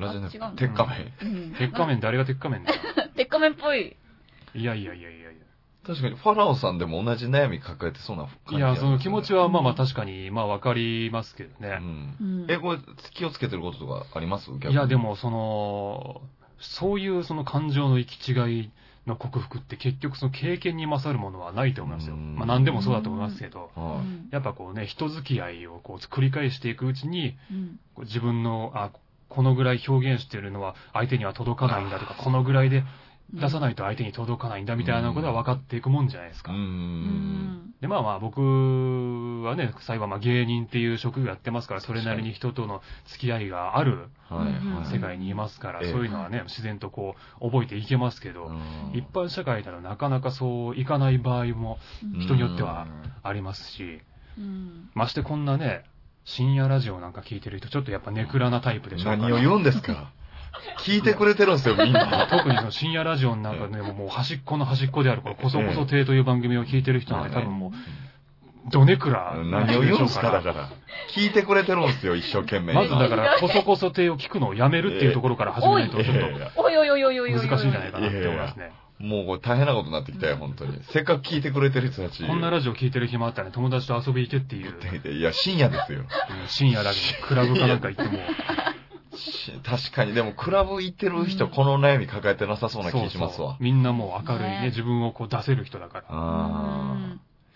Speaker 2: のラジオネ
Speaker 3: あ違う
Speaker 2: ー
Speaker 3: の
Speaker 2: ム、鉄仮面。
Speaker 3: うん。
Speaker 1: 鉄仮面、誰が鉄仮面だよ
Speaker 3: なんか。 [LAUGHS] 鉄仮面っぽい。
Speaker 1: いやいやいやいやいや。
Speaker 2: 確かに、ファラオさんでも同じ悩み抱えてそうな感じ
Speaker 1: いや、その気持ち
Speaker 2: は。
Speaker 1: はまあまあ確かに、まあわかりますけど
Speaker 2: う
Speaker 1: ね。
Speaker 2: ん。
Speaker 3: うん。
Speaker 2: え、これ、気をつけてることとかあります逆に
Speaker 1: いや、で。もその、そういうその感情の行き違いの克服って結局その経験に勝るものはないと思いますよ。
Speaker 2: うん
Speaker 1: まあ何でもそうだと思いますけど、
Speaker 3: う
Speaker 2: は
Speaker 3: ん
Speaker 1: やっぱこうね、人付き合いをこう繰り返していくうちに、
Speaker 3: うん。
Speaker 1: こう自分の、あ、このぐらい表現してるのは相手には届かないんだとか、このぐらいで出さないと相手に届かないんだみたいなことは分かっていくもんじゃないです
Speaker 2: い。う
Speaker 1: か。
Speaker 2: ー。
Speaker 3: うんん。
Speaker 1: で、まあまあ僕はね、幸はまあ芸人っていう職業やってますから、それなりに人との付き合いがある
Speaker 2: はい。
Speaker 3: うん
Speaker 2: はい
Speaker 1: 世界にいますから、
Speaker 2: ええ
Speaker 1: そういうのはね、自然とこう、覚えていけますけ
Speaker 2: う
Speaker 1: ど、
Speaker 2: ん
Speaker 1: 一般社会ならなかなかそういかない場合も
Speaker 3: うん
Speaker 1: 人によってはありますし、
Speaker 3: うん。
Speaker 1: ましてこんなね、深夜ラジオなんか聞いてる人、ちょっとやっぱネクラなタイプでしょうから
Speaker 2: 何を言うんですか聞いてくれてるんですよ、みんな。
Speaker 1: 特にその深夜ラジオの中でももう端っこの端っこである、このこそこそ亭という番組を聞いてる人なんて多分もう、どねくら
Speaker 2: 何を言うんですか、だから。聞いてくれてるんですよ、一生懸命。
Speaker 1: まずだから、こそこそ亭を聞くのをやめるっていうところから始めないと、ちょっ
Speaker 2: いやいや
Speaker 3: おいおいおいおいおいおいお
Speaker 1: と難しいんじゃない
Speaker 3: い
Speaker 1: かなって思いますね。
Speaker 2: もうこれ大変なことになってきたよ、本当に。せっかく聞いてくれてる人たち。
Speaker 1: こんなラジオ聞いてる暇あったらね友達と遊び行けっていう、
Speaker 2: いや、深夜ですよ。
Speaker 1: うん深夜ラジオ、クラブかなんか行っても、
Speaker 2: し [LAUGHS] 確かに、でもクラブ行ってる人、この悩み抱えてなさ [LAUGHS] そうな気しますわ。
Speaker 1: みんなもう明るいね
Speaker 3: ね、
Speaker 1: 自分をこう出せる人だから、
Speaker 2: あ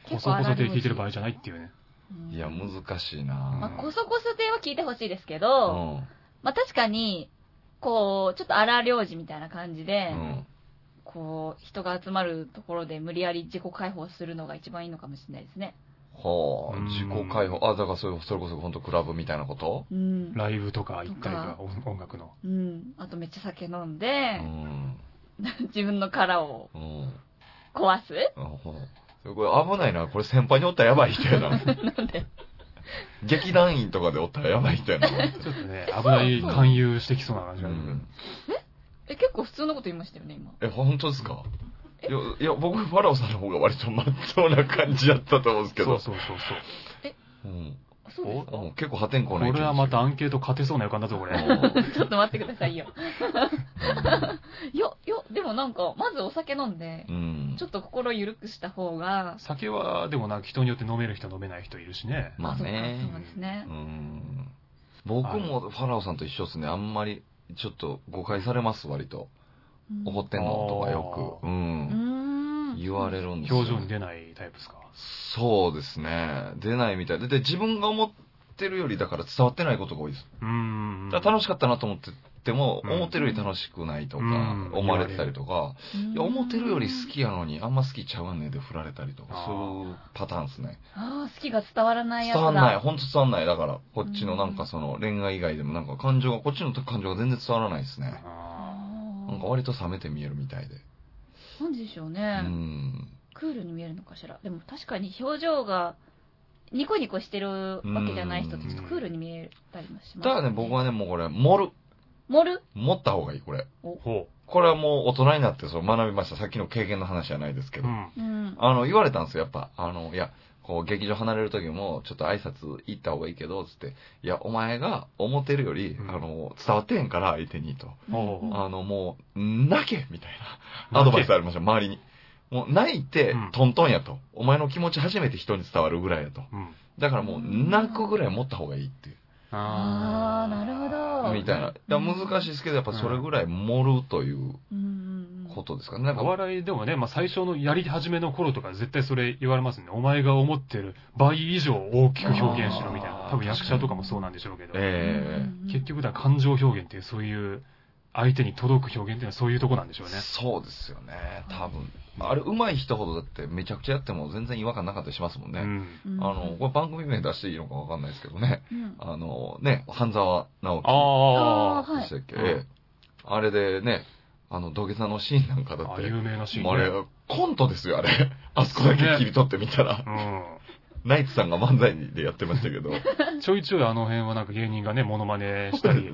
Speaker 1: こそこそ亭聞いてる場合じゃないっていうね。
Speaker 2: あ。いや、
Speaker 3: う。
Speaker 2: 難しい
Speaker 3: まあ、
Speaker 2: な
Speaker 3: こそこそ亭は聞いてほしいですけ
Speaker 2: う
Speaker 3: ど、
Speaker 2: ん。
Speaker 3: まあ確かに、こう、ちょっと荒領事みたいな感じで、
Speaker 2: うん。
Speaker 3: こう、人が集まるところで無理やり自己解放するのが一番いいのかもしれないですね。
Speaker 2: はあ、自己解放。あ、だからそれそれこそ本当クラブみたいなこと
Speaker 3: うん。
Speaker 1: ライブとか行ったりとか、音音楽の。
Speaker 3: うん。あとめっちゃ酒飲ん
Speaker 2: う
Speaker 3: で、
Speaker 2: ん。
Speaker 3: 自分の殻を
Speaker 2: うん。
Speaker 3: 壊 [LAUGHS] す
Speaker 2: あほうこれ危ないな。これ先輩におったらやばいみたいな。
Speaker 3: [LAUGHS]
Speaker 2: 劇団員とかでおったらやばいみたいな。
Speaker 1: ちょっとね、危ない勧誘してきそうな感じ
Speaker 2: う
Speaker 1: がある。
Speaker 2: ん
Speaker 3: え、結構普通のこと言いましたよね、今。
Speaker 2: え、本当ですかいや、いや僕、ファラオさんの方が割と真っ当な感じだったと思うんですけ
Speaker 1: そ
Speaker 2: ど
Speaker 1: う。そうそうそう。
Speaker 2: うん
Speaker 3: そうですか
Speaker 2: おうん結構破天
Speaker 1: こ
Speaker 2: 荒な意見です
Speaker 1: れはまたアンケート勝てそうな予感だぞ、これ。
Speaker 3: ちょっと待ってくださいよ。いや、いや、でもなんか、まずお酒飲んで
Speaker 2: う、ん
Speaker 3: ちょっと心緩くした方が、
Speaker 1: 酒は、でもなんか人によって飲める人飲めない人いるしね。
Speaker 2: まあ
Speaker 3: そ
Speaker 2: ね
Speaker 3: うかそうですね
Speaker 2: う。ん僕もファラオさんと一緒ですね。あんまり、ちょっと誤解されます、割と。
Speaker 3: うん
Speaker 2: 怒ってんのとかよく。う。
Speaker 3: うんーん。
Speaker 2: 言われるんですよ
Speaker 1: 表情に出ないタイプですか。
Speaker 2: そうですね。出ないみたいで。で、自分が思ってるより、だから伝わってないことが多いです。
Speaker 1: うーん。
Speaker 2: だから楽しかったなと思ってても、
Speaker 1: うん
Speaker 2: 思ってるより楽しくないとか
Speaker 1: うん、
Speaker 2: 思われてたりとか、
Speaker 3: うん
Speaker 2: いや、思ってるより好きやのに、あんま好きちゃうねんで振られたりとか
Speaker 1: あ、ー
Speaker 2: そういうパターンですね。
Speaker 3: ああ、好きが伝わらないや
Speaker 2: 伝
Speaker 3: つだ。
Speaker 2: わんない。ほんと伝わんない。だから、こっちのなんかその恋愛以外でもなんか感情が、こっちの感情が全然伝わらないですね。
Speaker 1: あ
Speaker 3: あー
Speaker 2: なんか割と冷めて見えるみたいで。
Speaker 3: なんでしょう
Speaker 2: う
Speaker 3: ね、
Speaker 2: ん。
Speaker 3: クールに見えるのかしら。でも確かに表情が、ニコニコしてるわけじゃない人ってちょっとクールに見えたりもします、
Speaker 2: だからね、僕はね、もうこれ、盛る。
Speaker 3: 盛る
Speaker 2: 持った方がいい、これ。
Speaker 1: ーほ
Speaker 2: これはもう大人になってそう学びました。さっきの経験の話じゃないですけ
Speaker 1: う。
Speaker 2: ど
Speaker 1: う。ん。
Speaker 3: うん。
Speaker 2: あの、言われたんですよ、やっぱ。あの、いや、こう、劇場離れる時も、ちょっと挨拶行った方がいいけど、つって、いや、お前が思ってるより、
Speaker 1: うん
Speaker 2: あの、伝わってへんから、相手に、と。
Speaker 1: おうん
Speaker 2: あの、もう、泣けみたいな、アドバイスありました、周りに。もう、泣いて
Speaker 1: うん、
Speaker 2: トントンやと。お前の気持ち初めて人に伝わるぐらいやと。
Speaker 1: うん。
Speaker 2: だからもう、泣くぐらい持った方がいいっていう。
Speaker 3: あーなるほど
Speaker 2: みたいな。だから難しいですけど、やっぱそれぐらい盛るという
Speaker 3: うんうんうん
Speaker 2: ことですかね。なんか
Speaker 1: お、笑いでもね、まあ、最初のやり始めの頃とか絶対それ言われますね。お前が思ってる倍以上大きく表現しろみたい
Speaker 2: あ
Speaker 1: な。
Speaker 2: ー
Speaker 1: 多分役者とかもそうなんでしょうけど。
Speaker 2: ええ
Speaker 1: 結局だ、感情表現っていうそういう、相手に届く表現っていうのはそういうとこなんでしょうね。
Speaker 2: そうですよね、多分。あれ、上手い人ほどだって、めちゃくちゃやっても全然違和感なかったりしますもん
Speaker 1: う
Speaker 2: ね。
Speaker 1: ん。
Speaker 3: うん
Speaker 2: あの、これ番組名出していいのかわかんないですけどね。
Speaker 3: うん
Speaker 2: あの、ね、半沢直
Speaker 1: あ
Speaker 3: あー
Speaker 1: あ
Speaker 2: 樹でしたっけ、
Speaker 1: はい
Speaker 2: ええあれでね、あの、土下座のシーンなんかだっ
Speaker 1: あ、
Speaker 2: て、
Speaker 1: 有名なシーンね。
Speaker 2: あれ、コントですよ、あれ。 [LAUGHS] あそこだけ切り取ってみたら、ナイツさんが漫才でやってましたけど。
Speaker 1: うん。ちょいちょいあの辺はなんか芸人がね、モノマネしたり、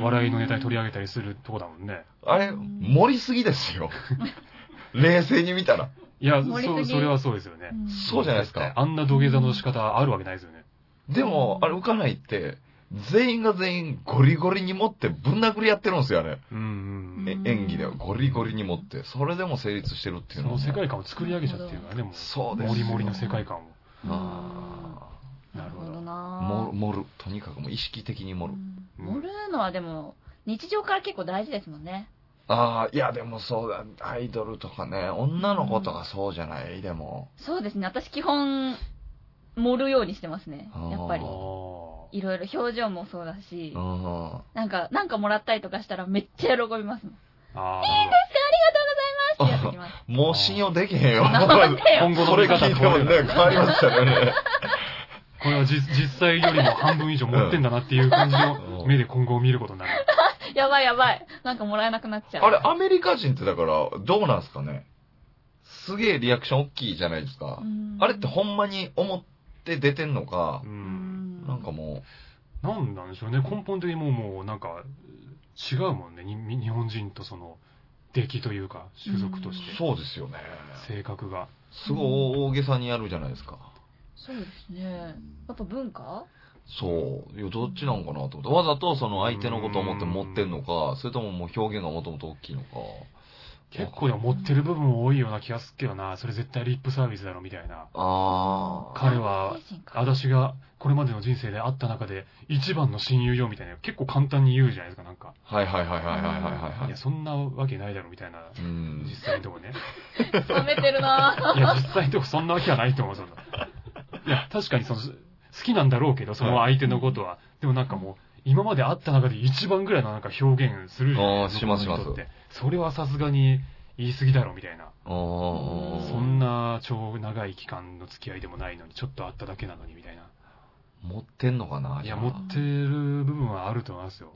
Speaker 1: 笑いのネタに取り上げたりするとこだもんね。
Speaker 2: あれ、盛りすぎですよ。 [LAUGHS] 冷静に見たら。
Speaker 1: いや、
Speaker 3: 盛り
Speaker 1: そ
Speaker 3: す
Speaker 1: う、
Speaker 3: ぎ
Speaker 1: それはそうですよね。
Speaker 3: ん
Speaker 2: そうじゃないですか。
Speaker 1: あんな土下座の仕方あるわけないですよね。
Speaker 2: でも、あれ浮かないって、全員が全員ゴリゴリに持ってぶん殴りやってるんですよ、あれ。
Speaker 1: うんうんう
Speaker 2: え
Speaker 1: ん。
Speaker 3: うん
Speaker 2: 演技ではゴリゴリに持って、それでも成立してるってい
Speaker 1: そう
Speaker 2: の
Speaker 1: の
Speaker 2: は
Speaker 1: 世界観を作り上げちゃってるからね、も
Speaker 2: そう
Speaker 1: う。
Speaker 2: です。
Speaker 1: もりもりの世界観を。
Speaker 3: うん
Speaker 2: あ
Speaker 3: なるほど
Speaker 2: あ。
Speaker 3: な
Speaker 2: もる、もる。とにかくもう意識的にもる。
Speaker 3: うん盛るのはでも日常から結構大事ですもんね
Speaker 2: ああ、いやでもそうだ、アイドルとかね、女の子とかそうじゃない、でも。
Speaker 3: そうですね私基本盛るようにしてますね
Speaker 2: あー
Speaker 3: やっぱ
Speaker 1: あ
Speaker 3: り
Speaker 1: あ。
Speaker 3: いろいろ表情もそうだし
Speaker 2: うん。
Speaker 3: なんかなんかもらったりとかしたらめっちゃ喜びますもん
Speaker 1: あ
Speaker 3: ありがとうございますってやってきます
Speaker 2: もう信用できへんよ。
Speaker 3: [LAUGHS] なんで
Speaker 1: あ。
Speaker 3: よ
Speaker 1: 今後の
Speaker 2: それ
Speaker 1: 見
Speaker 2: が
Speaker 1: 方
Speaker 2: 聞いてもね、
Speaker 1: 変わるよ
Speaker 2: 変
Speaker 1: ね
Speaker 2: わりましたよね。
Speaker 1: これは実実際よりも半分以上持ってんだなっていう感じの目で今後を見ることになる。
Speaker 3: やばいやばいなんかもらえなくなっちゃう
Speaker 2: あれ、アメリカ人ってだから、どうなんすかねすげえリアクション大きいじゃないですか。
Speaker 3: うん
Speaker 2: あれってほんまに思って出てんのか
Speaker 1: う、。
Speaker 3: うんん
Speaker 2: なんかも
Speaker 1: なんなんでしょうね。根本的にもう、もうなんか、違うもんね。に日本人とその、出来というか、種族と
Speaker 2: う
Speaker 1: し、て。
Speaker 2: そうですよね。
Speaker 1: 性格が。
Speaker 2: すごい大げさにやるじゃないですか。
Speaker 3: そうですねやっぱ文化
Speaker 2: そう。いや、どっちなんかなと思って。わざとその相手のことを思って持ってんのか、それとももう表現がもともと大きいのか。
Speaker 1: 結構でも持ってる部分も多いような気がすっけどな。それ絶対リップサービスだろ、みたいな。
Speaker 2: あー。
Speaker 1: 彼は
Speaker 3: 精神か
Speaker 1: 私がこれまでの人生で会った中で一番の親友よ、みたいな。結構簡単に言うじゃないですか、なんか。
Speaker 2: はいはいはいはいはいはいはいい
Speaker 1: や、。そんなわけないだろ、みたいな。
Speaker 2: うん
Speaker 1: 実。際のとこね。
Speaker 3: 冷めてるない
Speaker 1: や、
Speaker 2: [LAUGHS]
Speaker 1: 実際のとこそんなわけはないと思う、そんな。いや、確かにその、好きなんだろうけど、その相手のことは。でもなんかもう、今まで会った中で一番ぐらいのなんか表現するじゃないですか。
Speaker 2: あーします
Speaker 1: この人
Speaker 2: します
Speaker 1: ってそれはさすがに言い過ぎだろ、みたいな。
Speaker 2: あー
Speaker 1: そんな超長い期間の付き合いでもないのに、ちょっと会っただけなのに、みたいな。
Speaker 2: 持ってんのかない
Speaker 1: や、持ってる部分はあると思いますよ。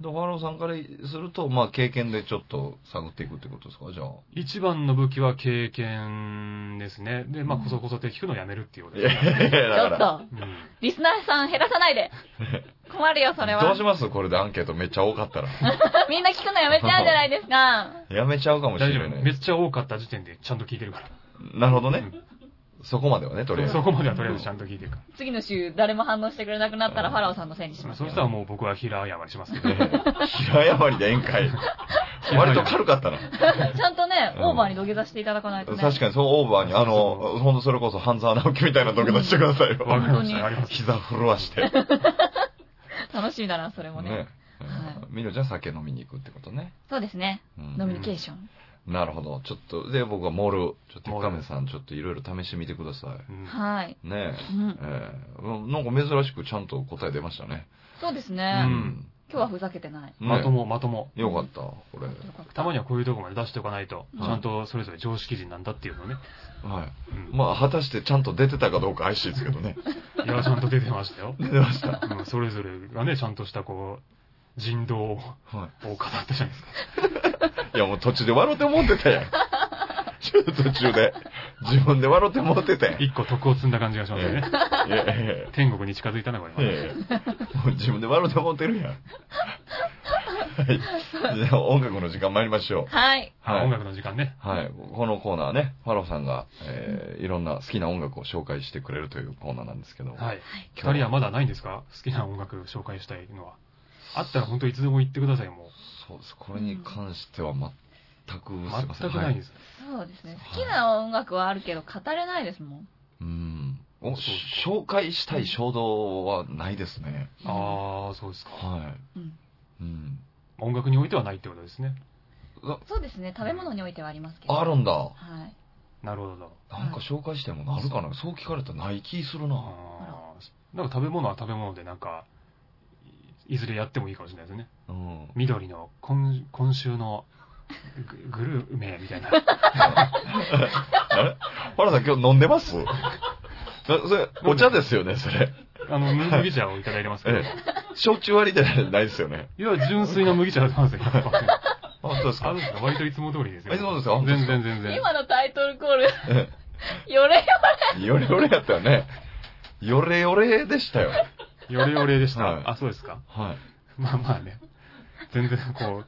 Speaker 2: ドファローさんからすると、まあ経験でちょっと探っていくってことですかじゃあ。
Speaker 1: 一番の武器は経験ですね。で、まあ、こそこそって聞くのをやめるっていうこと
Speaker 2: い
Speaker 1: です
Speaker 2: やいや
Speaker 3: ちょっと
Speaker 1: うん
Speaker 3: リスナーさん減らさないでこ困るよ、それは。
Speaker 2: どうしますこれでアンケートめっちゃ多かったら。
Speaker 3: みんな聞くのやめちゃうんじゃないですか。
Speaker 2: やめちゃうかもし
Speaker 1: 大
Speaker 2: れ
Speaker 1: 丈
Speaker 2: な
Speaker 1: 夫。め
Speaker 2: い
Speaker 1: っ。ちゃ多かった時点でちゃんと聞いてるから。
Speaker 2: なるほど
Speaker 1: う
Speaker 2: ね
Speaker 1: ん。
Speaker 2: そこまではね、とりあえず。
Speaker 1: そこまではとりあえずちゃんと聞いてるか
Speaker 3: 次の週、誰も反応してくれなくなったら、ファラオさんのせいにし
Speaker 1: ら。
Speaker 3: ます
Speaker 1: そ
Speaker 3: よ。
Speaker 1: したらもう僕は平謝りしますけど。
Speaker 2: ね平謝りで宴会。割と軽かったな。
Speaker 3: [LAUGHS] ちゃんとね、
Speaker 2: うん
Speaker 3: オーバーに土下座していただかないとね。
Speaker 2: 確かにそのオーバーに、あ
Speaker 1: そう
Speaker 2: の、ほんとそれこそ半沢直樹みたいな土下座してくださいよ。
Speaker 1: わかりまし
Speaker 3: 本当に
Speaker 1: た。あります。
Speaker 2: 膝震わして。
Speaker 3: 楽しみだな、それもね。
Speaker 2: ね。
Speaker 3: は
Speaker 2: みのちゃん酒飲みに行くってことね。
Speaker 3: そうですね。
Speaker 2: うん
Speaker 3: ノミニケーション。
Speaker 2: なるほど。ちょっと、で、僕はモル、ちょっと深めさん、ちょっといろいろ試してみてくださ
Speaker 1: うん
Speaker 3: はい。
Speaker 2: い。ねえ。
Speaker 3: うん。
Speaker 2: ええなんか珍しくちゃんと答え出ましたね。
Speaker 3: そうです
Speaker 2: う
Speaker 3: ね。
Speaker 1: ん
Speaker 3: 今日はふざけてない。
Speaker 1: まと
Speaker 2: ね
Speaker 1: も、まとも。
Speaker 2: よかった、これ。
Speaker 3: よかった
Speaker 1: まにはこういうとこまで出しておかないと、
Speaker 3: うん
Speaker 1: ちゃんとそれぞれ常識人なんだっていうのをね。
Speaker 2: はい。
Speaker 1: うん
Speaker 2: まあ、果たしてちゃんと出てたかどうか怪しいですけどね。
Speaker 1: いや、ちゃんと出てましたよ。
Speaker 2: 出てました。
Speaker 1: うんそれぞれがね、ちゃんとしたこう、人道を
Speaker 2: は
Speaker 1: 語ったじゃないですか。
Speaker 2: い。いや、もう途中で笑って思ってたやん。 [LAUGHS] ちょっと途中で。自分で笑って思ってたやん。い
Speaker 1: 一個徳を積んだ感じがしますよね。
Speaker 2: やいやいやい
Speaker 1: 天国に近づいたな、これ
Speaker 2: やいやいや。もう自分で笑って思ってるやん。はい。じゃあ、音楽の時間参りましょう。
Speaker 3: はい。
Speaker 1: は
Speaker 2: はい
Speaker 1: い、音楽の時間ね。
Speaker 2: はい。このコーナーね、ファローさんが、えーいろんな好きな音楽を紹介してくれるというコーナーなんですけども。
Speaker 1: はい。二
Speaker 2: 今日
Speaker 1: 人はまだないんですか好きな音楽紹介したいのは。あったら本当いつでも言ってください、もう。
Speaker 2: そうです。これに関しては全くすいません。
Speaker 1: 全くないん
Speaker 2: はい
Speaker 1: です。
Speaker 3: そうですね。好きな音楽はあるけど、語れないですもん。
Speaker 2: うん。お
Speaker 1: そう
Speaker 2: 紹介したい衝動はないですね。
Speaker 1: ああ、そうですか。
Speaker 2: は
Speaker 3: うん。
Speaker 2: い。うん。
Speaker 1: 音楽においてはないってことですね。
Speaker 2: あ
Speaker 3: そうですね。食べ物においてはありますけど。
Speaker 2: あるんだ。
Speaker 3: はい。
Speaker 1: なるほど。
Speaker 2: なんか紹介したいものあるかなそう聞かれたらない気するな。
Speaker 1: あーなんか食べ物は食べ物で、なんか、いいずれやってもいいかもしれないですね。
Speaker 2: うん。
Speaker 1: 緑の今今週のググルーメみたいな。
Speaker 2: [LAUGHS] あれファローさん今日飲んでますなそ [LAUGHS] れ、お茶ですよね、それ。
Speaker 1: あの、麦茶をいただいてますけど。
Speaker 2: ええ焼酎割りじゃないですよね。
Speaker 1: いや、純粋な麦茶だと思いますよ、100%。
Speaker 2: あ、本当です
Speaker 1: あ
Speaker 2: か
Speaker 1: の割といつも通りですよ。
Speaker 2: あいつもですか
Speaker 1: 全然全然。
Speaker 3: 今のタイトルコール、 [LAUGHS]
Speaker 2: ええ
Speaker 3: よれよ
Speaker 2: よれよれやったよね。よれよれでしたよ。
Speaker 1: よれよれでした。
Speaker 2: はい
Speaker 1: あ、そうですか。
Speaker 2: はい。
Speaker 1: [LAUGHS] まあまあね。全然こ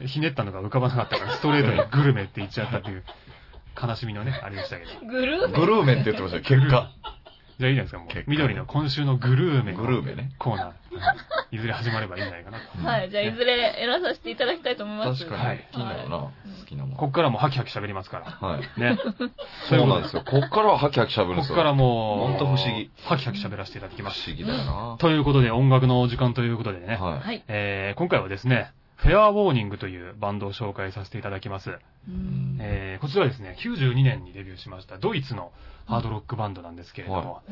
Speaker 1: う、ひねったのが浮かばなかったから、ストレートにグルメって言っちゃったっていう、悲しみのね、ありましたけど。じ
Speaker 3: グルーメ
Speaker 2: グルーメンって言ってましたよ、結果。
Speaker 1: ゃあいいじゃないですか、も
Speaker 2: 結
Speaker 1: う。
Speaker 2: 構
Speaker 1: 緑の今週のグルーメの
Speaker 2: グルーメね
Speaker 1: コーナー。いずれ始まればいいんじゃないかなと。
Speaker 3: はい。じゃあ、いずれ選ばさせていただきたいと思います。
Speaker 2: 確かに。
Speaker 1: はい
Speaker 2: 気になるな。好きなも
Speaker 1: こっ
Speaker 2: の。
Speaker 1: からもうハキハキ喋りますか
Speaker 2: はい。
Speaker 1: ら。ね。
Speaker 2: [LAUGHS] そうなんですよ。こっからはハキハキ喋るん
Speaker 1: こ
Speaker 2: で
Speaker 1: っ
Speaker 2: すよ。
Speaker 1: からもう、
Speaker 2: ほんと不思議。
Speaker 1: ハキハキ喋らせていただき
Speaker 2: 不
Speaker 1: ま
Speaker 2: 思
Speaker 1: す。
Speaker 2: 議だよな。
Speaker 1: ということで、音楽のお時間ということでね。
Speaker 2: は。
Speaker 3: はいい。
Speaker 1: えー今回はですね、フェアウォーニングというバンドを紹介させていただきます。
Speaker 3: うん
Speaker 1: えーこちらはですね、92年にデビューしましたドイツのハードロックバンドなんですけれども、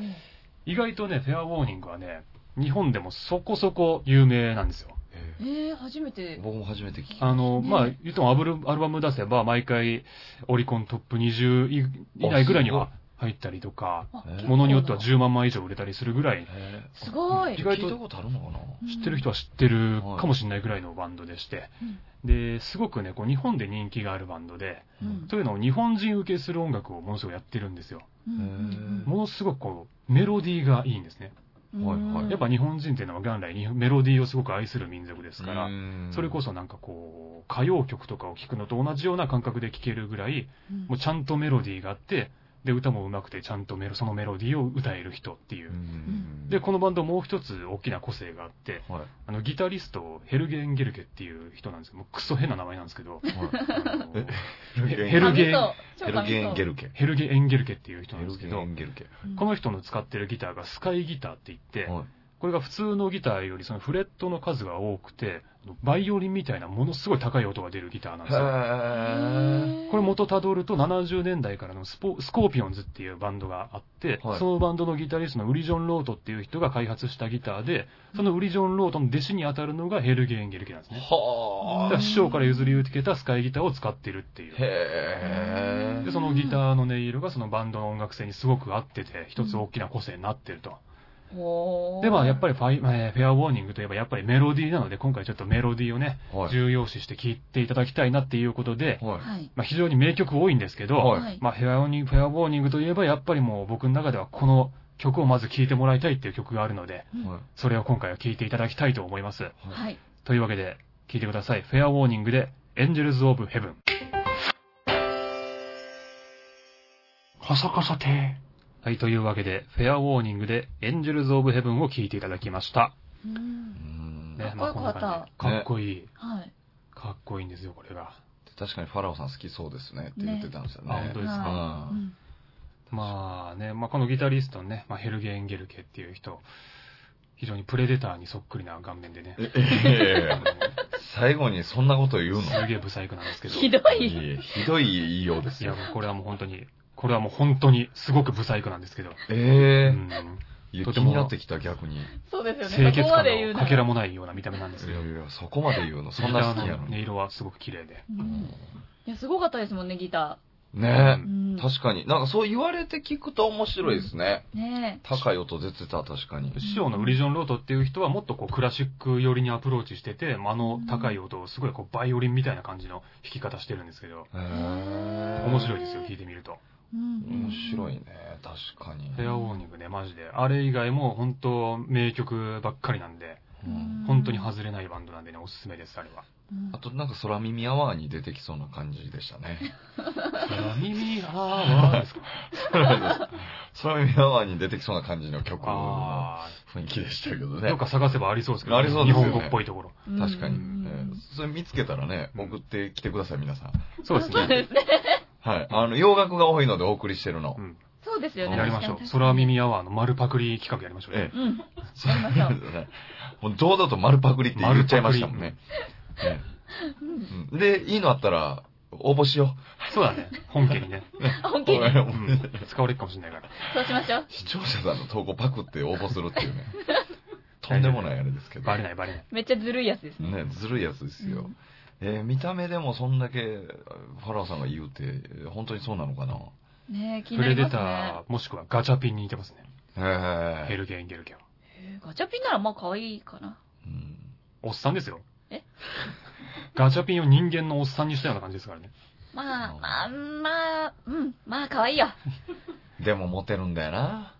Speaker 1: 意外とね、フェアウォーニングはね、日本でもそこそこ有名なんですよ。
Speaker 2: え
Speaker 3: えー、初めて
Speaker 2: ー。僕も初めて聞き
Speaker 1: あの、
Speaker 3: ね
Speaker 1: まあ、言ってもアブルアルバム出せば、毎回オリコントップ20以以内ぐらいには入ったりとか、
Speaker 3: あ
Speaker 2: えー
Speaker 1: ものによっては10万枚以上売れたりするぐらい、
Speaker 2: えー
Speaker 3: すごい
Speaker 1: 意外と
Speaker 2: 聞いたことあるのかな
Speaker 1: 知ってる人は知ってるかもしれないぐらいのバンドでして、で、すごくね、こう日本で人気があるバンドで、
Speaker 3: うん
Speaker 1: というのを日本人受けする音楽をものすごくやってるんですよ。
Speaker 3: うんうん
Speaker 1: ものすごくこう、メロディーがいいんですね。
Speaker 3: うん
Speaker 2: はいはい
Speaker 1: やっぱ日本人っていうのは元来にメロディーをすごく愛する民族ですから、それこ
Speaker 2: そ、
Speaker 1: そなんかこう、歌謡曲とかを聴くのと同じような感覚で聴けるぐらい、
Speaker 3: うん
Speaker 1: もうちゃんとメロディーがあって、で、歌も上手くて、ちゃんとメロ、そのメロディーを歌える人っていうう。
Speaker 2: ん
Speaker 1: で、、このバンドもう一つ大きな個性があって、
Speaker 2: はい。
Speaker 1: あの、ギタリスト、ヘルゲン・ゲルケっていう人なんですけど、もうクソ変な名前なんですけ
Speaker 2: [LAUGHS]
Speaker 1: ど、
Speaker 2: は
Speaker 1: あの
Speaker 2: えい
Speaker 1: ヘヘルゲン
Speaker 2: ヘ
Speaker 3: 神そう
Speaker 2: ルゲンゲルケ。
Speaker 1: ヘルゲ・エンゲルケっていう人
Speaker 2: ヘ
Speaker 1: なんです
Speaker 2: ル
Speaker 1: け
Speaker 2: ゲ
Speaker 1: ど、
Speaker 2: ンゲルケ。
Speaker 1: この人の使ってるギターがスカイギターって言って、
Speaker 2: はい。
Speaker 1: これが普通のギターよりそのフレットの数が多くて、バイオリンみたいなものすごい高い音が出るギターなんですよ。
Speaker 2: へ
Speaker 1: これ元たどると70年代からのスポスコーピオンズっていうバンドがあって、
Speaker 2: はい
Speaker 1: そのバンドのギタリストのウリジョン・ロートっていう人が開発したギターで、そのウリジョン・ロートの弟子に当たるのがヘルゲー・エンゲルケなんです
Speaker 2: ー
Speaker 1: ね。だ
Speaker 2: は
Speaker 1: か
Speaker 2: あ
Speaker 1: ら。師匠から譲り受けたスカイギターを使ってるっていう。
Speaker 2: へ
Speaker 1: で、そのギターの音色がそのバンドの音楽性にすごく合ってて、一つ大きな個性になってると。
Speaker 3: ほー
Speaker 1: で、まあ、やっぱりファイ、えーフェアウォーニングといえば、やっぱりメロディーなので、今回ちょっとメロディーをね、
Speaker 2: え。はい。
Speaker 1: 重要視して聴いていただきたいなっていうことで、
Speaker 2: はい。
Speaker 3: はい
Speaker 1: まあ、非常に名曲多いんですけど、
Speaker 2: はい
Speaker 3: はい
Speaker 1: まあ、フェアウォーニング、フェアウォーニングといえば、やっぱりもう僕の中ではこの曲をまず聴いてもらいたいっていう曲があるので、
Speaker 2: はい
Speaker 1: それを今回は聴いていただきたいと思います。
Speaker 3: はい。
Speaker 1: というわけで、聴いてください。フェアウォーニングで、エンジェルズ・オブ・ヘブン。
Speaker 2: カサカサて
Speaker 1: はい、というわけで、フェアウォーニングで、エンジェルズ・オブ・ヘブンを聴いていただきました。
Speaker 3: うん
Speaker 1: ね
Speaker 3: かっこよかっ
Speaker 1: まあこんな
Speaker 3: た
Speaker 1: 感じかっこいい、
Speaker 3: はい。
Speaker 1: かっこいいんですよ、これが。
Speaker 2: 確かにファラオさん好きそうですねって言ってたんですよ
Speaker 1: あ、本
Speaker 2: ね。
Speaker 1: 当ですか。
Speaker 3: は
Speaker 2: う
Speaker 3: うんん
Speaker 1: まあね、まあこのギタリストのね、まあ、ヘルゲ・エンゲルケっていう人、非常にプレデターにそっくりな顔面でね、
Speaker 2: ええ
Speaker 1: あの
Speaker 2: 最後にそんなこと言うの
Speaker 1: すげえ不細工なんですけど。
Speaker 3: ひど
Speaker 2: い
Speaker 3: い。
Speaker 2: えひどい言いようです
Speaker 1: いや、
Speaker 2: よ。
Speaker 1: もうこれはもう本当に、これはもう本当にすごく不細工なんですけど。う
Speaker 2: ええ
Speaker 1: ん。
Speaker 2: いや
Speaker 1: と
Speaker 2: 気
Speaker 1: ても
Speaker 2: になってきた逆に。い
Speaker 3: そうですよ
Speaker 1: 清
Speaker 3: ね。
Speaker 1: 潔
Speaker 3: そこ
Speaker 1: 感
Speaker 3: まで言
Speaker 1: の
Speaker 3: うな。
Speaker 1: からけらもないような見た目なんですけど
Speaker 2: や。いや、そこまで言うの、そんな好き
Speaker 1: ギタ
Speaker 2: や
Speaker 1: ー
Speaker 2: の
Speaker 1: の
Speaker 2: に。
Speaker 1: 音色はすごく綺麗で。
Speaker 3: うんいや、すごかったですもんね、ギタ
Speaker 2: ね
Speaker 3: ー。
Speaker 1: う
Speaker 3: うん
Speaker 2: え。確かに。なんかそう言われて聞くと面白いですね。
Speaker 3: ね
Speaker 2: 高い音出てた、確かに。
Speaker 1: 師匠のウリジョン・ロートっていう人はもっとこうクラシック寄りにアプローチしてて、まああの高い音をすごいこうバイオリンみたいな感じの弾き方してるんですけど、
Speaker 2: へえ
Speaker 1: 面白いですよ、弾いてみると。
Speaker 3: え。面
Speaker 2: 面白いね、確かに
Speaker 1: フ。ェアウォーニングね、マジで。あれ以外も本当名曲ばっかりなんで、
Speaker 2: うん
Speaker 1: 本当に外れないバンドなんでね、おすすめです、あれは。
Speaker 2: あとなんか空耳アワーに出てきそうな感じでしたね。 [LAUGHS]
Speaker 1: 耳あーですか
Speaker 2: 空耳アワーに出てきそうな感じの曲の
Speaker 1: あ
Speaker 2: 雰囲気でしたけど
Speaker 1: ー
Speaker 2: ね
Speaker 1: どっ。か探せばありそうですけど、
Speaker 2: ありそうですよね
Speaker 1: 日本語っぽいところ。
Speaker 2: 確かに。え
Speaker 3: うん
Speaker 2: ーそれ見つけたらね、送ってきてください、皆さん。
Speaker 1: そうです
Speaker 3: そうで
Speaker 1: ね。
Speaker 3: すね。
Speaker 2: はい。あの、洋楽が多いのでお送りしてるの
Speaker 1: う。ん。
Speaker 3: そうですよね。
Speaker 1: やりましょう
Speaker 3: 確か。に
Speaker 1: 空。耳アワーの丸パクリ企画やりましょう。
Speaker 2: ええ。
Speaker 3: うん。 [LAUGHS]
Speaker 2: そう
Speaker 3: りましょう
Speaker 2: もう堂々と丸パクリって言っちゃいましたもんね。え
Speaker 3: うん
Speaker 2: えうんで、いいのあったら、応募しよ
Speaker 1: そうだね。本家に
Speaker 2: [LAUGHS]
Speaker 1: ね。
Speaker 3: 本
Speaker 2: う。
Speaker 3: 気に。
Speaker 1: うん。使われるかもしれないから。
Speaker 3: そうしましょう。
Speaker 2: 視聴者さんの投稿パクって応募するっていうね。とんでもないあれですけど。
Speaker 1: バレない、バレない。
Speaker 3: めっちゃずるいやつです
Speaker 2: ね、
Speaker 3: ね。
Speaker 2: ずるいやつです
Speaker 3: う
Speaker 2: よ
Speaker 3: ん。
Speaker 2: えー見た目でもそんだけ、ファラオさんが言うて、えー本当にそうなのかな
Speaker 3: ねえ、気に
Speaker 1: プ
Speaker 3: な
Speaker 1: レ
Speaker 3: り
Speaker 1: デ
Speaker 3: ます
Speaker 1: タ
Speaker 3: ね。
Speaker 1: ー、もしくはガチャピンに似てますね。ヘ
Speaker 2: へえ。
Speaker 1: ルゲン・ゲルケは。
Speaker 3: えーガチャピンならまあ可愛いかな。
Speaker 2: うん
Speaker 1: おっさんですよ。
Speaker 3: え
Speaker 1: [LAUGHS] ガチャピンを人間のおっさんにしたような感じですからね。
Speaker 3: まあ、まあ、まあ、うん、まあ可愛いよ。
Speaker 2: でもモテるんだよな。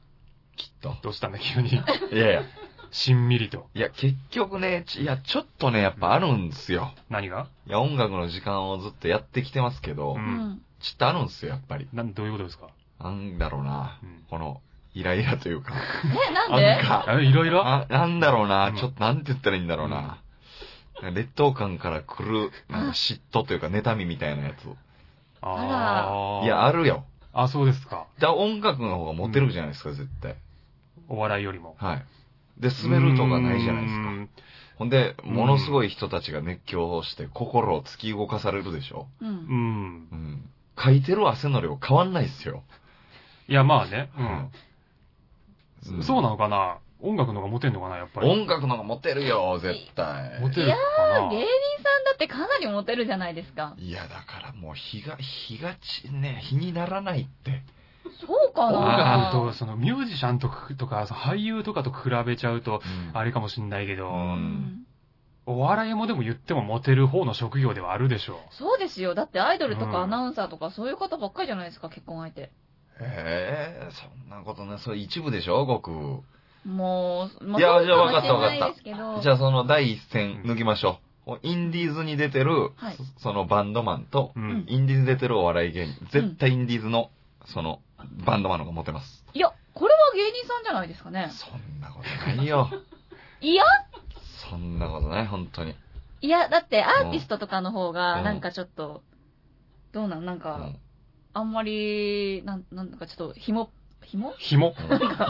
Speaker 2: きっと。
Speaker 1: どうしたんだ、急
Speaker 3: [LAUGHS]
Speaker 1: に。
Speaker 2: いやいや。
Speaker 1: しんみりと。
Speaker 2: いや、結局ね、ちいや、ちょっとね、やっぱあるんですよ。
Speaker 1: 何が
Speaker 2: いや、音楽の時間をずっとやってきてますけど、
Speaker 1: う
Speaker 3: うん [LAUGHS] ん。
Speaker 2: ちょっとあるんですよ、やっぱり。
Speaker 1: なんどういうことですか
Speaker 2: なんだろうな。
Speaker 1: うん
Speaker 2: この、イライラというか。
Speaker 3: え、なん
Speaker 2: なん
Speaker 3: で
Speaker 2: か、
Speaker 1: え、いろいろ
Speaker 2: あなんだろう
Speaker 1: う
Speaker 2: な。
Speaker 1: ん
Speaker 2: ちょっと、なんて言ったらいいんだろうな。劣等感から来る、なんか嫉妬というか、妬みみたいなやつ。
Speaker 1: あー
Speaker 2: いや、あるよ。
Speaker 1: あ、そうですか。
Speaker 2: だから音楽の方がモテるじゃないですか、絶対。
Speaker 1: お笑いよりも。
Speaker 2: はい。で、滑るとかないじゃないです
Speaker 1: う
Speaker 2: か。
Speaker 1: ーん
Speaker 2: ほんで、ものすごい人たちが熱狂をして、心を突き動かされるでしょ。
Speaker 3: う。
Speaker 1: うんん。
Speaker 2: うん。書いてる汗の量変わんないっすよ。
Speaker 1: いや、まあね。
Speaker 2: う
Speaker 1: うん。そう
Speaker 2: な
Speaker 1: なのかな音楽の方がモテんのかなやっぱり。
Speaker 2: 音楽の方がモテるよ、絶対。
Speaker 1: モテるか
Speaker 3: 芸人さんだってかなりモテるじゃないですか。
Speaker 2: いや、だからもう、日が、日がち、ね、日にならないって。
Speaker 3: そうか
Speaker 1: な音
Speaker 3: な
Speaker 1: 楽と、その、ミュージシャンとか、とかその俳優とかと比べちゃうと、あれかもしんないけど、
Speaker 2: う
Speaker 3: うんん。
Speaker 1: お笑いもでも言ってもモテる方の職業ではあるでしょ
Speaker 3: そうですよ。だってアイドルと
Speaker 1: うん
Speaker 3: かアナウンサーとかそういう方ばっかりじゃないですか、結婚相手。
Speaker 2: ええそんなことね、それ一部でしょ、ごく。
Speaker 3: もう、ま
Speaker 2: いや
Speaker 3: そう
Speaker 2: じゃあ分かった
Speaker 3: かもしれないですけど
Speaker 2: じゃあその第一線抜きましょう。インディーズに出てる、
Speaker 3: はい
Speaker 2: そそのバンドマンと、
Speaker 1: う。う
Speaker 3: うんん。
Speaker 2: インディーズに出てるお笑い芸人、絶対インディーズの、その、バンドマンの方がモテます。
Speaker 3: いや、これは芸人さんじゃないですかね。
Speaker 2: そんなことないよ。
Speaker 3: いや、
Speaker 2: そんなことない、本当に。
Speaker 3: いや、だってアーティストとかの方
Speaker 2: う
Speaker 3: が、
Speaker 2: ん
Speaker 3: なんかちょっと、どうなん、なん
Speaker 2: う
Speaker 3: か
Speaker 2: ん、
Speaker 3: あんまり、なん、なんだかちょっと、紐、紐
Speaker 1: 紐
Speaker 3: [LAUGHS]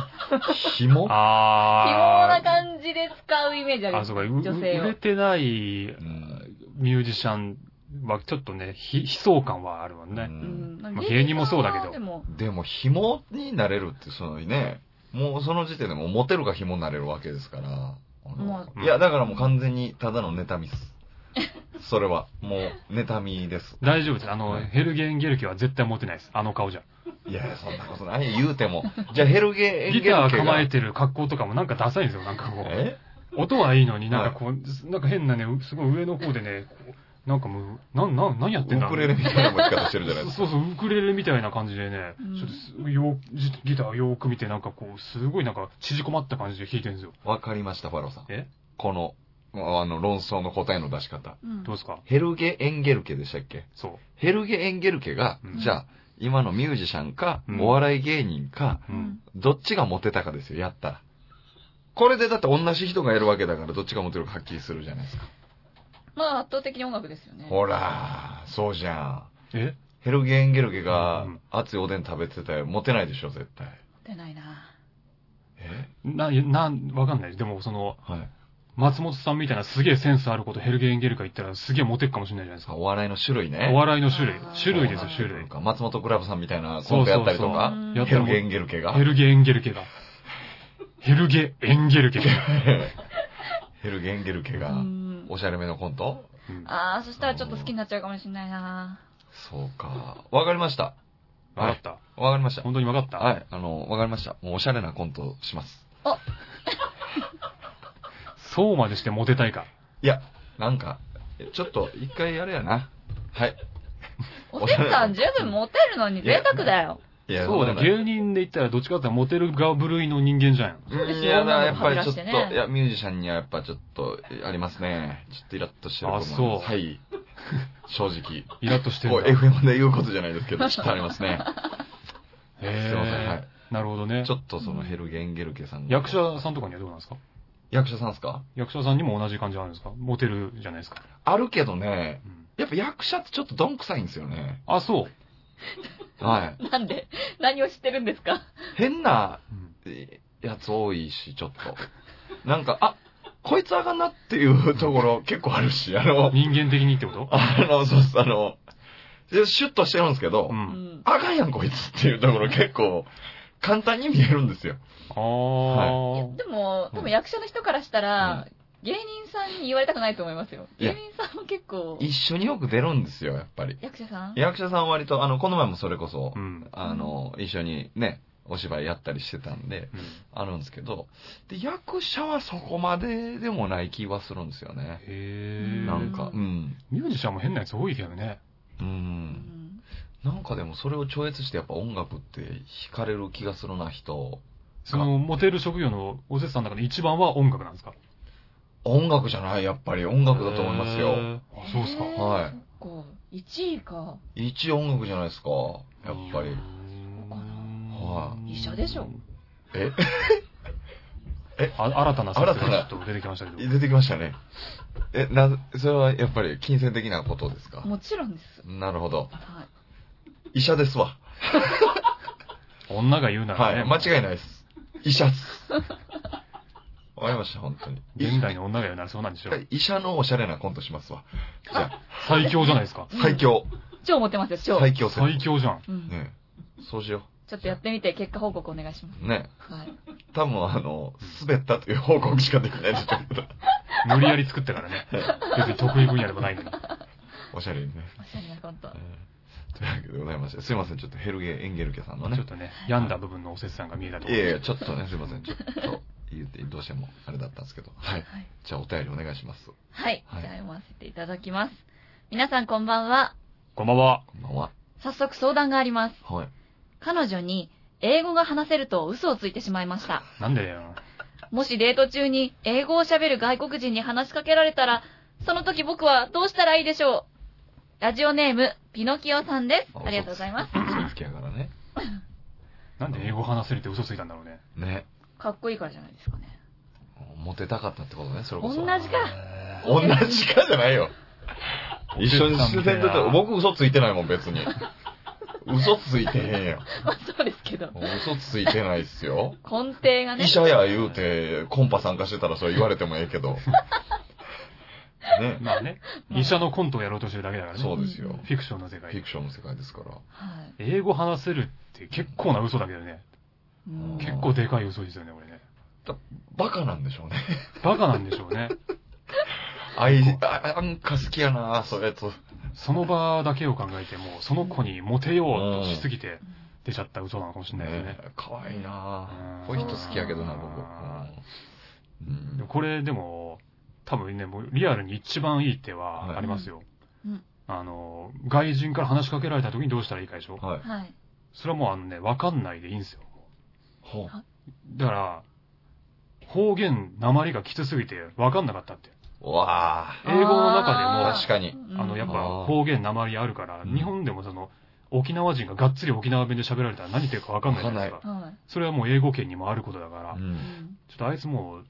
Speaker 2: 紐
Speaker 3: 紐
Speaker 1: あ
Speaker 3: な感じで使うイメージあ
Speaker 1: ー。
Speaker 3: る。
Speaker 1: あ、そうか、うう
Speaker 3: 女性
Speaker 1: 売れ
Speaker 3: を。
Speaker 1: てない
Speaker 2: うん
Speaker 1: ミュージシャンはちょっとね、ひ悲壮感はあるわね。
Speaker 2: う
Speaker 3: うんんなん
Speaker 1: ま
Speaker 3: か
Speaker 1: あ芸人もそうだけど
Speaker 3: でも、
Speaker 2: でも、紐になれるって、そのね、もうその時点でもうモテるか紐になれるわけですから。あの
Speaker 3: ま
Speaker 1: あ
Speaker 2: いや、だからもう完全にただの妬みっす。それは、もう、妬みです。
Speaker 1: 大丈夫です。あの、
Speaker 2: はい
Speaker 1: ヘルゲン・ゲルケは絶対モテないです。あの顔じゃ。
Speaker 2: いや、そんなことない、言うても。じゃあ、ヘルゲー、
Speaker 1: ギター
Speaker 2: ヘルゲ
Speaker 1: 構え
Speaker 2: が
Speaker 1: てる格好とかもなんかダサいんですよ。なんかこう。
Speaker 2: え
Speaker 1: 音はいいのになんかこう、なんか変なね、すごい上の方でね、こうなんかもう、なん、なん、何やってんだ
Speaker 2: ウクレレみたいな持ち方してるじゃないですか。
Speaker 1: そうそう、ウクレレみたいな感じでね、
Speaker 3: うん
Speaker 1: ちょっとすようギギターよーく見て、なんかこう、すごいなんか縮こまった感じで弾いてるんですよ。
Speaker 2: わかりました、ファローさん。
Speaker 1: え
Speaker 2: この、あの、論争の答えの出し方。
Speaker 3: うん
Speaker 1: どうですか
Speaker 2: ヘルゲ・エンゲルケでしたっけ
Speaker 1: そ
Speaker 2: ヘルゲ・エンゲルケが、
Speaker 1: うん
Speaker 2: じゃあ、今のミュージシャンか、
Speaker 1: うん
Speaker 2: お笑い芸人か、
Speaker 1: う。うん。
Speaker 2: どっちがモテたかですよ、やったら。これでだって同じ人がやるわけだから、どっちがモテるかはっきりするじゃないですか。
Speaker 3: まあ圧倒的に音楽ですよね。
Speaker 2: ほらー、そうじゃん。
Speaker 1: え
Speaker 2: ヘルゲ・エンゲルケが
Speaker 1: うん
Speaker 2: 熱いおでん食べてたらモテないでしょ、絶対。
Speaker 3: 出ないな。
Speaker 2: え
Speaker 1: な、な、わかんない。でも、その、
Speaker 2: はい。
Speaker 1: 松本さんみたいなすげえセンスあることヘルゲエンゲルカ言ったらすげえモテるかもしれないじゃないですか。
Speaker 2: お笑いの種類ね。
Speaker 1: お笑いの種類
Speaker 3: あ。ー
Speaker 1: 種類ですよ、
Speaker 3: そう
Speaker 1: 種類。
Speaker 2: 松本クラブさんみたいなコントやったりとか、
Speaker 3: そうそうそう
Speaker 2: ヘルゲ・エンゲルケが
Speaker 1: ヘ。ルゲエンゲルケが。ヘルゲエンゲルケが。
Speaker 2: ヘルゲ・エンゲルケ
Speaker 3: う
Speaker 2: が、
Speaker 3: ん。
Speaker 2: おしゃれめのコント
Speaker 1: うんわ
Speaker 3: ああ、そしたらちょっと好きになっちゃうかもしれないな。
Speaker 2: そうか。わかりました。
Speaker 1: かった。
Speaker 2: わかりました。
Speaker 1: 本当にわかった。
Speaker 2: はい、あの、わかりました。もうおしゃれなコントします。
Speaker 1: そうまでしてモテたいか。
Speaker 2: いや、なんか、ちょっと一回あれやな。はい。
Speaker 3: おせっさん十分モテるのに贅沢だよ。
Speaker 2: いや、
Speaker 1: そうだ、
Speaker 2: ね。
Speaker 1: 芸人で言ったらどっちかって言ったらモテる側部類の人間じゃん。
Speaker 3: そうです
Speaker 2: い
Speaker 3: よ
Speaker 2: や、だからやっぱりちょっと、
Speaker 3: 女の子はびらしてね
Speaker 2: いや、ミュージシャンにはやっぱちょっと、ありますね。ちょっとイラッとしてると思います。
Speaker 1: あそう
Speaker 2: はい。
Speaker 1: [LAUGHS]
Speaker 2: 正直。
Speaker 1: イラッとして
Speaker 2: こ
Speaker 1: る
Speaker 2: うん
Speaker 1: だ。
Speaker 2: FM で言うことじゃないですけど、ちょ
Speaker 1: [LAUGHS]
Speaker 2: っとありますね。
Speaker 1: へ
Speaker 2: すいませんは
Speaker 1: え。なるほどね
Speaker 2: ちょ。っとそのヘルゲンゲルケさんが
Speaker 1: 役者さんとかにはどうなんですか
Speaker 2: 役者さんですか
Speaker 1: 役者さんにも同じ感じあるんですかモテるじゃないですか。
Speaker 2: あるけどね、
Speaker 1: うん
Speaker 2: やっぱ役者ってちょっとどんくさいんですよね。
Speaker 1: あ、そう。
Speaker 2: はい。
Speaker 3: なんで [LAUGHS] 何を知ってるんですか
Speaker 2: 変な
Speaker 1: うん
Speaker 2: えやつ多いし、ちょっと。 [LAUGHS] なんか、あ、こいつあかんなっていう [LAUGHS] ところ結構あるし、あの、
Speaker 1: 人間的にってこと
Speaker 2: あの、そうっす、あの、シュッとしてるんですけど、
Speaker 1: う。
Speaker 3: うんん。
Speaker 2: あかんやんこいつっていうところ [LAUGHS] 結構簡単に見えるんですよ。
Speaker 1: あー
Speaker 3: いやでも、でも役者の人からしたら、芸人さんに言われたくないと思いますよ。
Speaker 2: いや
Speaker 3: 芸人さんも結構、
Speaker 2: 一緒によく出るんですよ、やっぱり。
Speaker 3: 役者さん
Speaker 2: 役者さんは割と、あの、この前もそれこそ、
Speaker 1: うん。
Speaker 2: あの、一緒にね、お芝居やったりしてたんで、
Speaker 1: うん
Speaker 2: あるんですけど、で、役者はそこまででもない気はするんですよね。
Speaker 1: へえ。
Speaker 2: なんか、うん。
Speaker 1: ミュージシャンも変なやつ多いけどね。
Speaker 2: う。
Speaker 3: うんん
Speaker 2: なんかでもそれを超越してやっぱ音楽って惹かれる気がするな、人。
Speaker 1: その、モテる職業のおせつさんの中で一番は音楽なんですか
Speaker 2: 音楽じゃない、やっぱり音楽だと思います
Speaker 1: へ
Speaker 2: よ。
Speaker 1: ーあ、そうですか。
Speaker 3: へー
Speaker 2: はい
Speaker 3: そっか。1位か。
Speaker 2: 一音楽じゃないですか、やっぱり
Speaker 1: う。ーん
Speaker 3: そうか
Speaker 2: はい
Speaker 3: 一緒でしょ
Speaker 2: え
Speaker 1: あ新たな説
Speaker 2: 新た
Speaker 1: が
Speaker 2: な
Speaker 1: ちょっと出てきましたけど。
Speaker 2: 出てきましたね。え、な、それはやっぱり金銭的なことですか
Speaker 3: もちろんです。
Speaker 2: なるほど。
Speaker 3: はい。
Speaker 2: 医者ですわ。
Speaker 1: 女が言うな
Speaker 2: は
Speaker 1: らね。
Speaker 2: い、間違いないです。医者っす。わかりました、本当に。
Speaker 1: 現代の女が言うならそうなんでしょう。
Speaker 2: 医者のおしゃれなコントしますわ。じゃあ、
Speaker 1: 最強じゃないですか。
Speaker 2: [LAUGHS] 最強。
Speaker 3: 超モテますよ、超。
Speaker 2: 最強戦。
Speaker 1: 最強じゃん。
Speaker 3: うん
Speaker 2: ねそうしよ
Speaker 3: ちょっとやってみて、結果報告お願いします。
Speaker 2: う。ね
Speaker 3: はい。
Speaker 2: 多分あの、滑ったという報告しかできないですけど。
Speaker 1: 無理やり作ったから
Speaker 2: [LAUGHS]
Speaker 1: ね。別に得意分野でもないのに。
Speaker 2: おしゃれにね。
Speaker 3: おしゃれなコント
Speaker 2: え。ーというわけでございまして、すいません、ちょっとヘルゲエンゲルケさんのね
Speaker 1: ちょっ。とね、病んだ部分のおせつさんが見えたと
Speaker 2: い
Speaker 1: ころ
Speaker 2: やい
Speaker 1: で
Speaker 2: や、ちょっとね、すいません、ちょっと言って、どうしてもあれだったんですけど。はい。
Speaker 3: はい。
Speaker 2: じゃあお便りお願いします。
Speaker 3: はい。じゃ
Speaker 2: は
Speaker 3: あ
Speaker 2: い
Speaker 3: 読ませていただきます。皆さんこんばんは。
Speaker 1: こんばんは。
Speaker 2: こんばんは。
Speaker 3: 早速相談があります。
Speaker 2: はい。
Speaker 3: 彼女に、英語が話せると嘘をついてしまいました。
Speaker 1: なんでだよ。
Speaker 3: もしデート中に英語を喋る外国人に話しかけられたら、その時僕はどうしたらいいでしょうラジオネーム、ピノキオさんです。ありがとうございます。
Speaker 2: す。好きやからね。
Speaker 1: なんで英語話せるって嘘ついたんだろうね。
Speaker 2: ね。
Speaker 3: かっこいいからじゃないですかね。
Speaker 2: モテたかったってことね、それこ
Speaker 3: 同
Speaker 2: そ。
Speaker 3: じか。
Speaker 2: 同じかじゃないよ。一緒に自然出たら、僕嘘ついてないもん、別に。嘘ついてへんよ。
Speaker 3: まあそうですけど。
Speaker 2: 嘘ついてないっすよ。
Speaker 3: 根底がね
Speaker 2: 医。者や言うて、コンパ参加してたらそれ言われてもええけど。ね。
Speaker 1: まあね、医者のコントをやろうとしてるだけだからね。
Speaker 2: そうですよ。
Speaker 1: フィクションの世
Speaker 2: フィ
Speaker 1: 界
Speaker 2: ク。ションの世界ですから。
Speaker 3: はい。
Speaker 1: 英語話せるって結構な嘘だけどね。
Speaker 3: うん
Speaker 1: 結構でかい嘘ですよね、これね。
Speaker 2: バカなんでしょうね。
Speaker 1: バカなんでしょうね。
Speaker 2: あい、ああんか好きやなそういうやつ。
Speaker 1: その場だけを考えても、その子にモテようとしすぎて出ちゃった嘘なのかもしれないですね
Speaker 2: ね。かわいいな
Speaker 1: うん
Speaker 2: こういう人好きやけどな、僕。う
Speaker 1: でも
Speaker 2: ん
Speaker 1: これでも、多分ね、もうリアルに一番いい手はありますよ。
Speaker 3: うん
Speaker 1: あの、外人から話しかけられた時にどうしたらいいかでしょ
Speaker 2: はい。
Speaker 3: はい。
Speaker 1: それはもうあのね、わかんないでいいんですよ。
Speaker 2: ほう。
Speaker 1: だから、方言、鉛がきつすぎてわかんなかったって。
Speaker 2: うわ
Speaker 1: 英語の
Speaker 2: ー
Speaker 1: 中
Speaker 3: あー
Speaker 2: 確かに。
Speaker 1: でも、あの、やっぱ
Speaker 2: あー
Speaker 1: 方言、鉛あるから、
Speaker 2: うん
Speaker 1: 日本でもその、沖縄人ががっつり沖縄弁で喋られたら何言ってるかわかんないじゃないですか。
Speaker 3: ぱ、は
Speaker 1: それはもう英語圏にもあることだから、
Speaker 2: う。
Speaker 1: ちょ
Speaker 3: い。うんん
Speaker 1: っとあいつもう、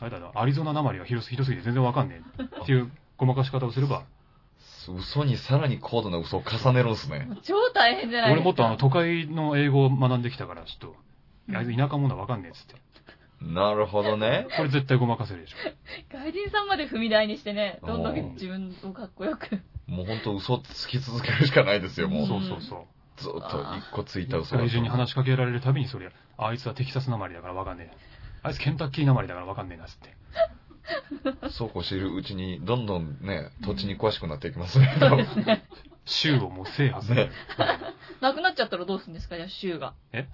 Speaker 1: あれだな、アリゾナ鉛がひどすひどすぎて全然わかんねえっていうごまかし方をすれば、
Speaker 2: 嘘にさらに高度な嘘を重ねるんすね。
Speaker 3: もう超大変じゃない
Speaker 1: 俺
Speaker 3: ですか。
Speaker 1: もっとあの、都会の英語を学んできたから、ちょっ
Speaker 3: うん
Speaker 1: と、あいつ田舎者はわかんねえっつって。
Speaker 2: なるほどね。
Speaker 1: これ絶対ごまかせるでしょ。
Speaker 3: 外人さんまで踏み台にしてね、どんど
Speaker 2: おー
Speaker 3: ん自分をかっこよく。 [LAUGHS]
Speaker 2: もうほんと嘘つき続けるしかないですよ、もう。
Speaker 1: そうそうそう。
Speaker 2: ずっと一個ついた嘘
Speaker 1: 外人に話しかけられるたびにそれあいつはテキサスなまりだからわかんねえあいつケンタッキーなまりだからわかんねえなっつって
Speaker 2: そうこうしているうちに、どんどんね、土地に詳しくなっていきますね。
Speaker 3: そうですね。
Speaker 1: 州をもう制覇す
Speaker 2: ね
Speaker 1: る、
Speaker 3: なくなっちゃったらどうするんですかじゃあ、州が。
Speaker 1: え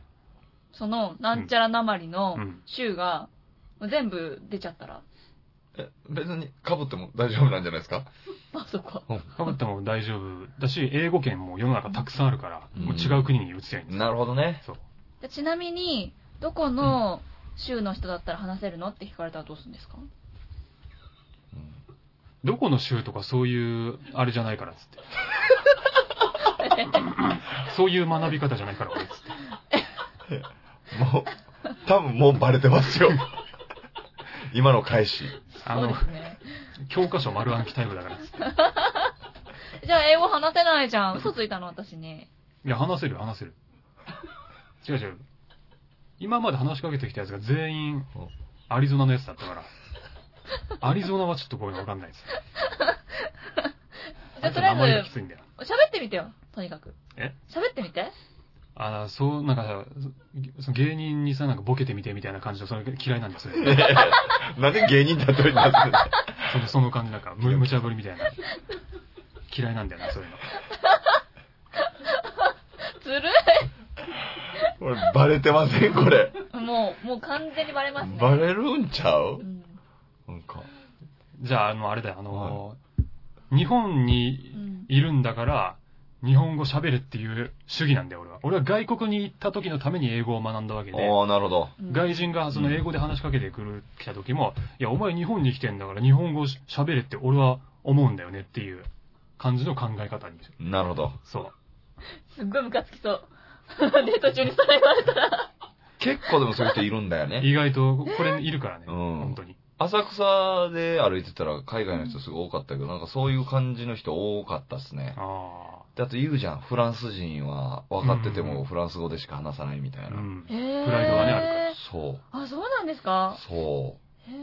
Speaker 3: その、なんちゃらなまりの
Speaker 1: うん
Speaker 3: 州が、もう全部出ちゃったら、
Speaker 2: え別に被っても大丈夫なんじゃないですか
Speaker 3: あそこ。
Speaker 1: かぶっても大丈夫だし英語圏も世の中たくさんあるから、
Speaker 2: うん
Speaker 1: もう違う国に移りゃいいんですよ
Speaker 2: なるほどね。
Speaker 1: そう
Speaker 3: でちなみに、どこの州の人だったら話せるのって聞かれたらどうするんですか
Speaker 1: どこの州とかそういうあれじゃないからっつ
Speaker 3: [LAUGHS]
Speaker 1: ってそういう学び方じゃないから俺っつって
Speaker 2: もう、多分もうバレてますよ。今の返し。
Speaker 1: あ
Speaker 3: そう
Speaker 1: の
Speaker 3: ですね。 [LAUGHS]
Speaker 1: 教科書丸暗記タイムだからっつって
Speaker 3: じゃあ、英語話せないじゃん。嘘ついたの、私に。
Speaker 1: いや話せるよ話せる違う違う今まで話しかけてきたやつが全員アリゾナのやつだったからアリゾナはちょっとごめんわかんないです
Speaker 3: [LAUGHS] じゃあ、とりあ
Speaker 1: 名前
Speaker 3: え
Speaker 1: がき
Speaker 3: ず、
Speaker 1: ついんだよ。
Speaker 3: 喋ってみてよ。とにかく。
Speaker 1: え
Speaker 3: 喋ってみ
Speaker 1: [LAUGHS]
Speaker 3: て。
Speaker 1: あーそう、なんかさ、そその芸人にさ、なんかボケてみてみたいな感じの、それ嫌いなんですよ。
Speaker 3: [LAUGHS]
Speaker 2: なんで芸人だと言ったんですか
Speaker 1: そのその感じ、なんか、む、無茶ぶりみたいな。嫌いなんだよな、そういうの。
Speaker 3: ずる
Speaker 2: これバレてませんこれ。
Speaker 3: いもう、もう完全にバレますね。
Speaker 2: バレるんちゃ
Speaker 3: う。
Speaker 2: うんなんか。
Speaker 1: じゃあ、あの、あれだよ、あのー、日本
Speaker 3: う
Speaker 1: に
Speaker 3: ん。
Speaker 1: いるんだから、日本語喋れっていう主義なんだよ、俺は。俺は外国に行った時のために英語を学んだわけで、
Speaker 2: おー、なるほど。
Speaker 3: うん
Speaker 1: 外人がその英語で話しかけてくる、来た時も、いや、お前日本に来てんだから日本語喋れって俺は思うんだよねっていう感じの考え方に。
Speaker 2: なるほど。
Speaker 1: そう。
Speaker 3: すっごいムカつきそう。 [LAUGHS] デート中にそれ言われたら。
Speaker 2: 結構でもそういう人いるんだよね。
Speaker 1: 意外と、これいるからね、
Speaker 2: うん
Speaker 1: 本当に。
Speaker 2: 浅草で歩いてたら海外の人すごい多かったけど、なんかそういう感じの人多かったっすね。
Speaker 1: あ
Speaker 2: だって言うじゃん。フランス人は分かってて
Speaker 1: う
Speaker 2: も
Speaker 1: ん
Speaker 2: フランス語でしか話さないみたい
Speaker 1: あ、
Speaker 2: な。
Speaker 1: うん。
Speaker 3: へー
Speaker 1: プライドがねあるから
Speaker 2: そう。
Speaker 3: あ、そうなんですか
Speaker 2: そう。
Speaker 3: へ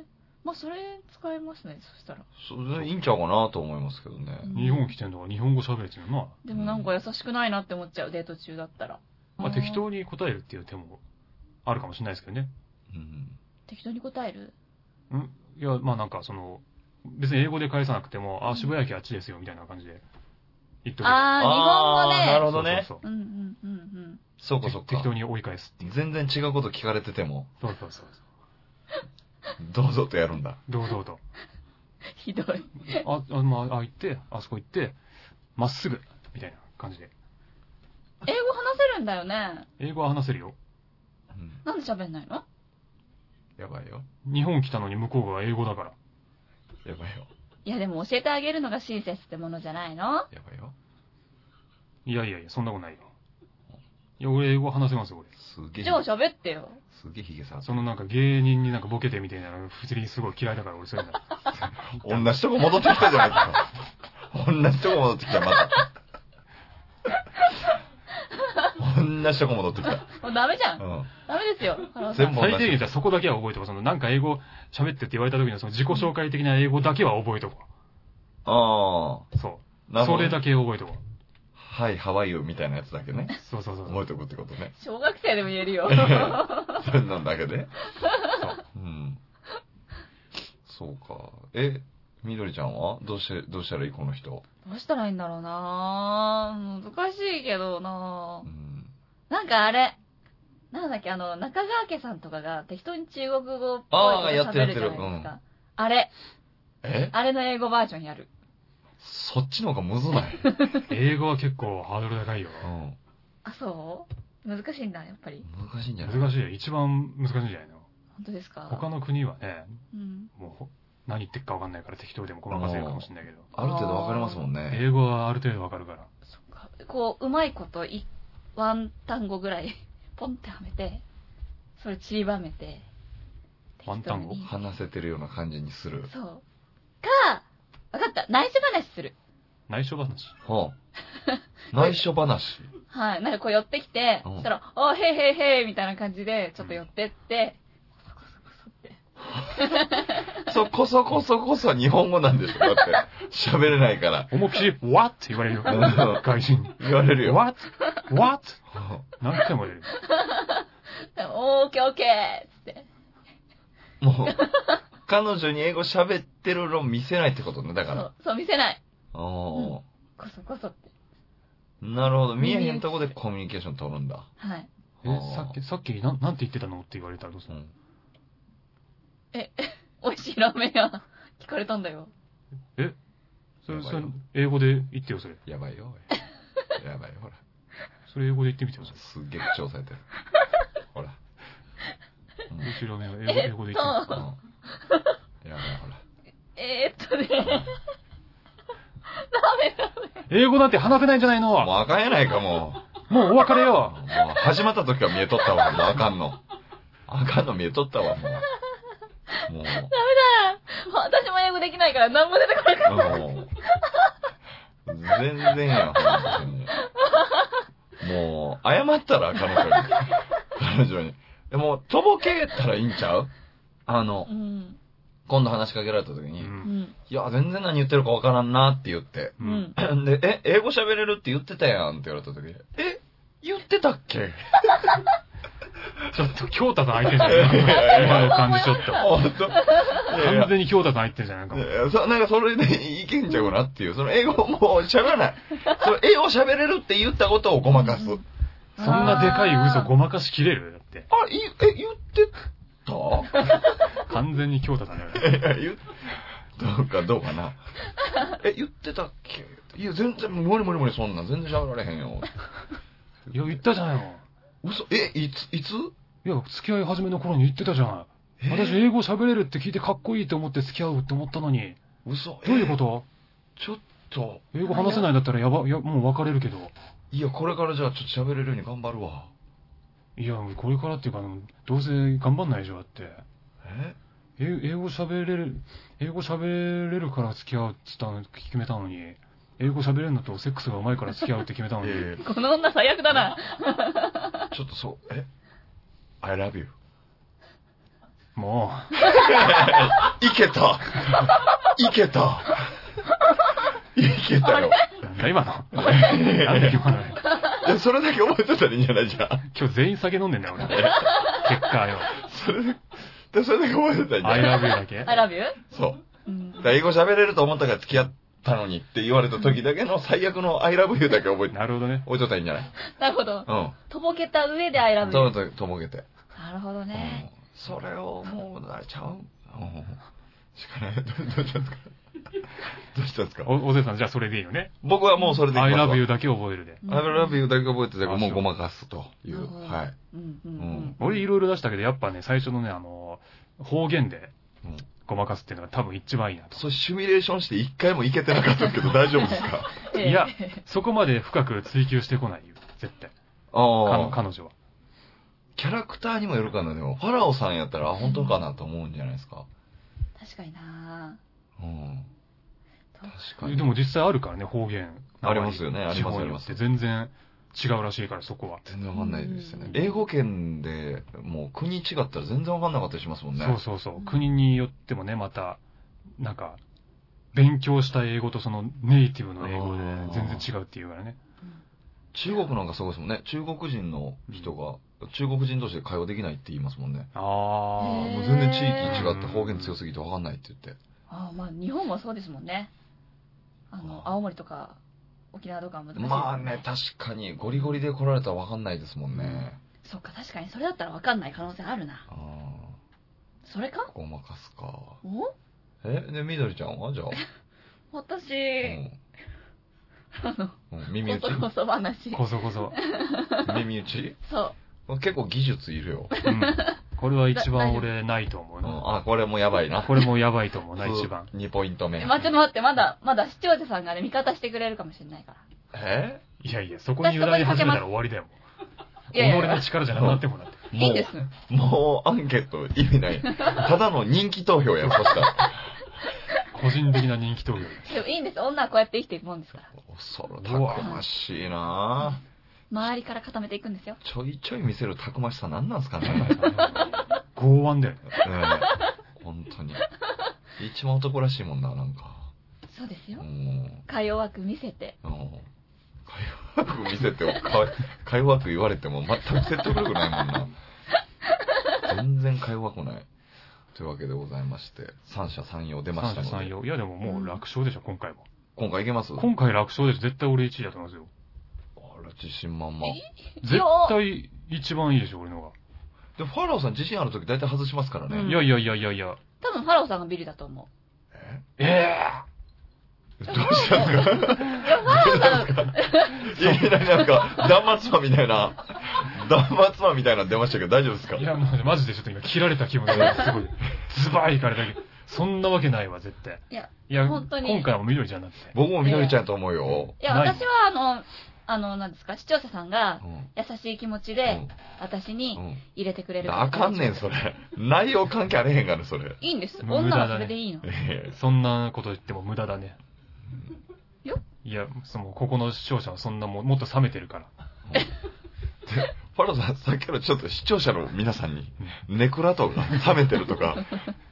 Speaker 3: え。まあ、それ使えますね、そしたら。
Speaker 2: それでいいんちゃうかなと思いますけどね。
Speaker 3: うん
Speaker 1: 日本来てんだから日本語喋れっていうのは、
Speaker 3: でもなんか優しくないなって思っちゃう、デート中だったら。
Speaker 1: まあ、適当に答えるっていう手もあるかもしれないですけどね。
Speaker 2: うん。
Speaker 3: 適当に答える
Speaker 1: うんいや、まあなんかその、別に英語で返さなくても、あ、渋谷駅あっちですよ、みたいな感じで言っておけば。
Speaker 3: あー、日
Speaker 2: なる
Speaker 3: 本語ね。
Speaker 2: ほどね。
Speaker 1: そう
Speaker 3: うんうんうん
Speaker 2: そうか
Speaker 1: そうそ
Speaker 2: そ
Speaker 1: うう。
Speaker 2: か
Speaker 1: 適。当に追い返すっていう。
Speaker 2: 全然違うこと聞かれてても、 [LAUGHS]
Speaker 1: そうそうそう。
Speaker 2: どうぞとやるんだ。
Speaker 1: 堂々と。
Speaker 3: うん。ひどい。
Speaker 1: あ、あ、まあ、あ、行って、あそこ行って、まっすぐ、みたいな感じで。
Speaker 3: 英語話せるんだよね。
Speaker 1: 英語は話せるよ。
Speaker 2: うん
Speaker 3: なんで喋んないの
Speaker 2: やばいよ。
Speaker 1: 日本来たのに向こうが英語だから。
Speaker 2: やばいよ。
Speaker 3: いやでも教えてあげるのが親切ってものじゃないの
Speaker 2: やばいよ。
Speaker 1: いやいやいや、そんなことないよ。いや、俺英語話せますよ、俺。
Speaker 2: すげえ
Speaker 3: じ。ゃあ喋ってよ。
Speaker 2: すげえヒゲさん。
Speaker 1: そのなんか芸人になんかボケてみたいなの、普通にすごい嫌いだから俺そういうの。
Speaker 2: 同じとこ戻ってきたじゃな
Speaker 1: [LAUGHS]
Speaker 2: いですか。同じとこ戻ってきた、 [LAUGHS] また。同じとこ戻ってきた。
Speaker 3: もうダメじゃん。
Speaker 2: うん。
Speaker 3: ダメですよ。原さん
Speaker 2: 全部同じ
Speaker 1: 最低限じゃそこだけは覚えておこう。そのなんか英語喋ってって言われた時のその自己紹介的な英語だけは覚えておこ
Speaker 2: あ
Speaker 1: う。そ
Speaker 2: あ。な
Speaker 1: う。そ
Speaker 2: るほど
Speaker 1: れだけ覚えておこ
Speaker 2: はい、ハワイよみたいなやつだけね
Speaker 1: う。。そうそうそうそう。
Speaker 2: 覚えておくってこと
Speaker 1: [LAUGHS]
Speaker 2: ね。
Speaker 3: 小学生でも言えるよ。
Speaker 2: そんなんだけで。うん。そうか。え、みどりちゃんはどうして、どうしたらいいこの人。
Speaker 3: どうしたらいいんだろうなぁ難しいけどな
Speaker 2: う
Speaker 3: ぁ
Speaker 2: ん。
Speaker 3: なんかあれ、なんだっけ、あの、中川家さんとかが適当に中国語っぽい
Speaker 2: あー
Speaker 3: こと
Speaker 2: やってる
Speaker 3: 喋るじゃないですか。あれ、
Speaker 2: え
Speaker 3: あれの英語バージョンやる。
Speaker 2: そっちの方がむず
Speaker 1: [LAUGHS]
Speaker 2: ない。
Speaker 1: 英語は結構ハードル高いよ。
Speaker 2: うん。
Speaker 3: あ、そう難しいんだ、やっぱり。
Speaker 2: 難しいんじゃない
Speaker 1: 難しいよ。一番難しいんじゃないの
Speaker 3: 本当ですか
Speaker 1: 他の国はね、
Speaker 3: うん。
Speaker 1: もうほ何言ってるか分かんないから適当でもごまかせるかもしれないけど、
Speaker 2: ある程度わかりますもんね。
Speaker 1: 英語はある程度分かるから。
Speaker 3: そっか。こう、うまいこと、い、ワン単語ぐらい、 [LAUGHS] ポンってはめて、それ散りばめて、
Speaker 1: ワン単語
Speaker 3: 適当に
Speaker 2: 話せてるような感じにする。
Speaker 3: そう。か、わかった。内緒話する。
Speaker 1: 内緒話。
Speaker 2: は
Speaker 1: [LAUGHS]
Speaker 2: あ、内緒話。
Speaker 3: はい。なんかこう寄ってきて、
Speaker 2: うん
Speaker 3: そしたら、おーへいへいへいみたいな感じで、ちょっと寄ってって、
Speaker 2: そこそこそこそ日本語なんでしょだって。喋れないから。
Speaker 1: 思いっきり、What? って言われるよ
Speaker 2: うん。
Speaker 1: 外人に。
Speaker 2: 言われるよ。
Speaker 1: What? What?
Speaker 2: は
Speaker 1: 何回も言われる。
Speaker 3: おー、オーケーオーケーっつって。
Speaker 2: あもう、彼女に英語喋ってるの見せないってことね、だ
Speaker 3: そ
Speaker 2: から。
Speaker 3: う、そう見せない。
Speaker 2: あ
Speaker 3: こそこそって。
Speaker 2: あ。なるほど。見えへんとこでコミュニケーション取るんだ。
Speaker 3: はい。
Speaker 1: え、さっき、さっき、なん、なんて言ってたのって言われたらどうす
Speaker 2: う
Speaker 1: るの
Speaker 2: ん。
Speaker 3: 美味しいラーメン屋、聞かれたんだよ。
Speaker 1: それ、それ
Speaker 2: やばいよ、
Speaker 1: 英語で言ってよ、それ。
Speaker 2: やばいよ。おいやばいよ、ほら。
Speaker 1: それ英語で言ってみてよ、それ。
Speaker 2: すっげえ口調されてる。ほら。うん
Speaker 1: 後ろ目は英語英語で言ってみて
Speaker 2: う
Speaker 1: よ。
Speaker 2: んやばい、ほら。
Speaker 3: えー、っとね、
Speaker 1: 英語なんて話せないんじゃないの
Speaker 2: もうあかんやないか、も
Speaker 1: もうお別れ
Speaker 2: う。
Speaker 1: よ
Speaker 2: もう始まった時は見えとったわ、もうあかんの。あかんの見えとったわ、もう。もう。
Speaker 3: 私も英語できないから何も出てこない。
Speaker 2: もう。全然や、ほんとに。もう、謝ったら、彼女に。彼女に。でも、とぼけたらいいんちゃうあの
Speaker 3: う、ん。
Speaker 2: 今度話しかけられた時
Speaker 1: う。
Speaker 2: に、
Speaker 3: うんん。
Speaker 2: いや、全然何言ってるかわからんなって言って。
Speaker 1: う
Speaker 3: う
Speaker 1: んん。
Speaker 2: で、え、英語喋れるって言ってたやんって言われた時に、え、言ってたっけ
Speaker 1: ちょっと、京太さん入ってんじゃない今の感じちょっと。
Speaker 2: 本当いやいや
Speaker 1: 完全に京太さん入ってんじゃないかも。
Speaker 2: いやそなんかそれでいけんちゃうなっていう。その英語もう喋らない。その英語喋れるって言ったことをごまかす。
Speaker 3: うん
Speaker 1: そんなでかい嘘ごまかしきれるだって。
Speaker 2: あ、い、え、言ってた
Speaker 1: 完全に京太さんだよね。
Speaker 2: いや言っどうか、どうかな。え、言ってたっけいや、全然、無理無理無理、そんなん、全然喋られへんよ。
Speaker 1: いや、言ったじゃんよ。
Speaker 2: 嘘、え、いつ、いつ
Speaker 1: いや、付き合い始めの頃に言ってたじゃん。私、英語喋れるって聞いてかっこいいと思って付き合うって思ったのに。
Speaker 2: 嘘、え
Speaker 1: どういうこと
Speaker 2: ちょっと、
Speaker 1: 英語話せないんだったらやば、いや、もう別れるけど。
Speaker 2: いや、これからじゃあ、ちょっと喋れるように頑張るわ。
Speaker 1: いや、これからっていうか、あのどうせ頑張んないでしょ、だって。え
Speaker 2: え
Speaker 1: 英語喋れる、英語喋れるから付き合うって言ったの決めたのに、英語喋れるのとセックスが上手いから付き合うって決めたのに、
Speaker 2: え
Speaker 3: この女最悪だな。
Speaker 2: ちょっとそう、え ?I love you.
Speaker 1: も
Speaker 2: いけたいけた [LAUGHS] いけたよ。
Speaker 1: う、なんだ今の。なんだ今の。
Speaker 2: [LAUGHS] いや、それだけ覚えてたらいいんじゃないじゃん。
Speaker 1: 今日全員酒飲んでんだよ、俺。結果
Speaker 2: [LAUGHS]
Speaker 1: よ。
Speaker 2: それだけ、それだけ覚えてたらいいんじゃ
Speaker 1: I love
Speaker 2: ない
Speaker 1: you だけ
Speaker 3: I love you?
Speaker 2: そう。
Speaker 3: うん
Speaker 2: だから英語喋れると思ったから付き合ったのにって言われた時だけの最悪の I love you だけ覚えて、
Speaker 1: なるほどね。
Speaker 2: 置いといたらいいんじゃない
Speaker 3: なるほど。
Speaker 2: う
Speaker 3: とぼけた上で I
Speaker 2: ん。
Speaker 3: love
Speaker 2: そ
Speaker 3: you。
Speaker 2: うと、とぼけて。
Speaker 3: なるほど
Speaker 2: うん
Speaker 3: ね。。
Speaker 2: それをもう、なちゃううん。しかない。どどうしたんですかどうしたんですか
Speaker 1: お、おせさん、じゃあそれでいいよね。
Speaker 2: 僕はもうそれでいき
Speaker 1: I
Speaker 2: ますわ
Speaker 1: love you だけ覚えるで。
Speaker 3: うん
Speaker 2: I love you だけ覚えてたから、もう
Speaker 1: あ
Speaker 2: ごまかすとい
Speaker 3: なる
Speaker 2: う
Speaker 3: ほ。ど
Speaker 2: はい。
Speaker 3: うんう
Speaker 2: う
Speaker 3: ん
Speaker 2: ん
Speaker 1: 俺いろいろ出したけど、やっぱね、最初のね、あの、方言で
Speaker 2: うん
Speaker 1: ごまかすっていうのが多分一番いいなと。
Speaker 2: そう、シミュレーションして一回もいけてなかったけど大丈夫ですか
Speaker 3: うん。
Speaker 1: いや、そこまで深く追求してこないよ、絶対。
Speaker 2: あ
Speaker 1: 彼
Speaker 2: あ。
Speaker 1: 彼女は。
Speaker 2: キャラクターにもよるかな。でも、ファラオさんやったら、あ、本当かなと思うんじゃないですか。
Speaker 3: [LAUGHS] 確かにな
Speaker 2: うん。確かに。
Speaker 1: でも実際あるからね、方言。
Speaker 2: ありますよねあります
Speaker 1: 地方によって全然違うらしいから、そこは。
Speaker 2: 全然わかんないですよ
Speaker 3: う
Speaker 2: ね
Speaker 1: ん。
Speaker 2: 英語圏でもう国違ったら全然わかんなかったりしますもんね。
Speaker 1: そうそうそう。国によってもね、また、なんか、勉強した英語とそのネイティブの英語で全然違うっていうからね。
Speaker 2: 中国なんかすごいですもんね。中国人の人が、中国人同士で会話できないって言いますもんね。
Speaker 1: あ
Speaker 3: へ
Speaker 1: ー
Speaker 3: ー
Speaker 2: もう全然地域違って方言強すぎてわかんないって言って。
Speaker 3: ああ、まあ日本はそうですもんね。あの、青森とか沖縄とかは難しい、
Speaker 2: まあね、。確かにゴリゴリで来られたらわかんないですもんね。
Speaker 3: そっか、確かにそれだったらわかんない可能性あるな。
Speaker 2: あ
Speaker 3: それか
Speaker 2: あ、ごまかすか。
Speaker 3: お
Speaker 2: え、で、みどりちゃんはじゃあ。
Speaker 3: 私、
Speaker 2: う
Speaker 3: あの、
Speaker 2: んうん耳打
Speaker 3: こ
Speaker 2: ち
Speaker 3: そこそ話。
Speaker 1: こそこ
Speaker 2: [LAUGHS]
Speaker 1: そ。
Speaker 2: 耳打ち
Speaker 3: そう。
Speaker 2: 結構技術いるよ。
Speaker 1: うん。これは一番俺ないと思う
Speaker 2: うん
Speaker 1: な。
Speaker 2: あ、これもやばいな。
Speaker 1: これもやばいと思うな、一番。
Speaker 2: 2ポイント目
Speaker 3: え。まあ、ちょっと待って、まだ、まだ視聴者さんがね、味方してくれるかもしれないから。
Speaker 2: え
Speaker 1: いやいや、そこに揺られ始めたら終わりだよ。
Speaker 3: いやいや
Speaker 1: 己の力じゃなくなってもなって。
Speaker 3: いいんです。
Speaker 2: もうアンケート意味ない。ただの人気投票や、そしたら。
Speaker 1: 個人的な人
Speaker 2: [LAUGHS]
Speaker 1: 気投票です。
Speaker 3: でもいいんです。女はこうやって生きていくもんですから。
Speaker 2: 恐ろたくましいな
Speaker 3: 周りから固めていくんですよ。
Speaker 2: ぁちょいちょい見せるたくましさ何なんすかね。
Speaker 1: [LAUGHS] 剛腕だよね。
Speaker 2: ねえ本当に。一番男らしいもんな、なんか。
Speaker 3: そうです
Speaker 2: う
Speaker 3: よ。
Speaker 2: ん。
Speaker 3: か弱く見せて。
Speaker 2: うん会話枠見せても、か会話枠言われても全く説得力ないもんな。全然会話来ない。というわけでございまして、三者三様出ました
Speaker 1: 三者
Speaker 2: の
Speaker 1: 三
Speaker 2: で、
Speaker 1: 様。いやでももう楽勝でしょ、今回も。
Speaker 2: 今回いけますあ
Speaker 1: 今回楽勝でしょ。絶対俺1位だと思いますよ。
Speaker 2: ら、自信満々。
Speaker 3: え
Speaker 1: 絶対一番いいでしょ、俺の
Speaker 2: で、ファラオさん自信あるとき大体外しますから
Speaker 1: が。
Speaker 3: う
Speaker 2: ね。
Speaker 3: ん
Speaker 1: いやいやいやいやいや。
Speaker 3: 多分ファラオさんがビリだと思
Speaker 1: ええ
Speaker 2: どうしたんですか
Speaker 3: う。多分
Speaker 2: いやいやなんか、断末魔みたいな、断末魔みたいなの出ましたけど大丈夫ですか
Speaker 1: いや、もうマジでちょっと今切られた気
Speaker 2: [LAUGHS]
Speaker 1: 分ですごい、ズバーいかれたけど、そんなわけないわ、絶対。
Speaker 3: いや、
Speaker 1: いや、
Speaker 3: 本当に
Speaker 1: 今回も緑じゃなくて。
Speaker 2: 僕もみのりちゃんやと思うよ。
Speaker 3: いや、
Speaker 1: ない
Speaker 3: 私はあの、あの、なんですか、視聴者さんが
Speaker 2: うん。
Speaker 3: 優しい気持ち
Speaker 2: う
Speaker 3: で
Speaker 2: ん、
Speaker 3: 私
Speaker 2: う
Speaker 3: に
Speaker 2: ん
Speaker 3: 入れてくれる。
Speaker 2: あかんねん、それ。内容関係あれへんから、それ。
Speaker 3: いいんです。
Speaker 1: 無駄だね
Speaker 3: 女はそれでいいの。
Speaker 2: え
Speaker 1: そんなこと言っても無駄だね。
Speaker 3: よ
Speaker 1: いや、その、ここの視聴者はそんなもん、もっと冷めてるから。
Speaker 2: えファラオさん、さっきからちょっと視聴者の皆さんに、ネクラとか冷めてる
Speaker 1: [LAUGHS]
Speaker 2: とか、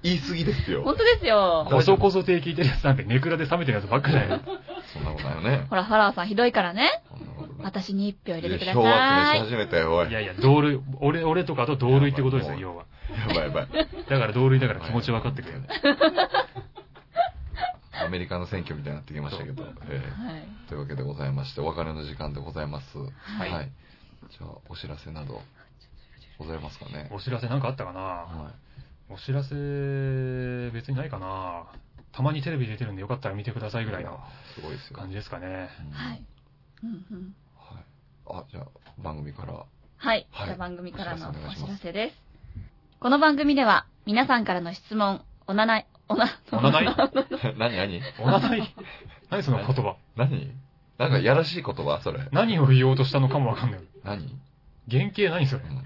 Speaker 2: 言い過ぎですよ。
Speaker 3: 本当ですよ。
Speaker 1: こそこそ手聞いてるやつなんて、ネクラで冷めてるやつばっかじゃないの。
Speaker 2: そんなことないよね。
Speaker 3: ほら、ファラオさんひどいからね。
Speaker 2: そんなことない
Speaker 3: 私に一票入れてくだ
Speaker 2: 票集めし
Speaker 3: さい。
Speaker 2: 始めたよ、おい。
Speaker 1: い
Speaker 2: や
Speaker 1: やいや、同類、俺、俺とかと同類ってことですよ、
Speaker 2: いや
Speaker 1: 要は。
Speaker 2: ばいやばい。
Speaker 1: だから同類だから気持ち分かってくれる。
Speaker 2: アメリカの選挙みたいになってきましたけど。ええ
Speaker 3: はい。
Speaker 2: というわけでございまして、お別れの時間でございます。はいじゃあ、お知らせなど、ございますかね。
Speaker 1: お知らせなんかあったかな
Speaker 2: は
Speaker 1: お知らせ、別にないかなたまにテレビ出てるんでよかったら見てください
Speaker 2: い。
Speaker 1: ぐらいの
Speaker 2: すごいですよ。
Speaker 1: 感じですかね。
Speaker 2: うん
Speaker 3: は。
Speaker 2: はい
Speaker 3: うんうん。
Speaker 2: い。あ、じゃあ、番組から。
Speaker 3: はい。
Speaker 2: はい
Speaker 3: じゃあ番組からの
Speaker 2: お知らせお願
Speaker 3: お
Speaker 2: いしま
Speaker 3: 知
Speaker 2: す
Speaker 3: らせです。この番組では、皆さんからの質問、おなない、おな、
Speaker 1: お
Speaker 2: [LAUGHS]
Speaker 1: なない
Speaker 2: 何何
Speaker 1: おなない何その言葉
Speaker 2: 何なんかやらしい言葉それ。
Speaker 1: 何を言おうとしたのかもわかんない。
Speaker 2: 何
Speaker 1: 原型何それ
Speaker 2: うん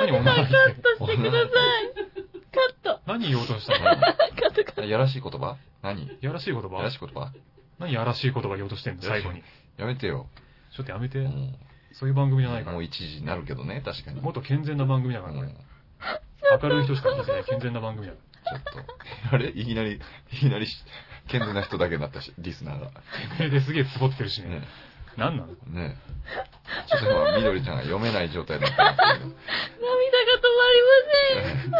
Speaker 1: 何おなないって。
Speaker 3: カットしてください。カット。
Speaker 1: 何言おうとしたの
Speaker 2: やらしい言葉何
Speaker 1: やらしい言
Speaker 2: やら
Speaker 1: 葉
Speaker 2: しい言葉
Speaker 1: 何やらしい言葉言おうとしてんの最後に。
Speaker 2: やめてよ。
Speaker 1: ちょっとやめて。
Speaker 2: うん
Speaker 1: そういう番組じゃないか
Speaker 2: も
Speaker 1: ら
Speaker 2: う。1時になるけどね、確かに。
Speaker 1: もっと健全な番組だ
Speaker 2: う
Speaker 1: から、これ
Speaker 2: ん。。
Speaker 1: 明るい人しか聞いてない健全な番組だか
Speaker 2: ちょっと。あ [LAUGHS] れいきなり、いきなりし、健全な人だけになったし、リスナーが。
Speaker 1: ら。ですげえツボってるしね
Speaker 2: ね。
Speaker 1: 何なの
Speaker 2: ねちょっと今、みどりちゃんが読めない状態だったんですけど。
Speaker 3: 涙が止まりません。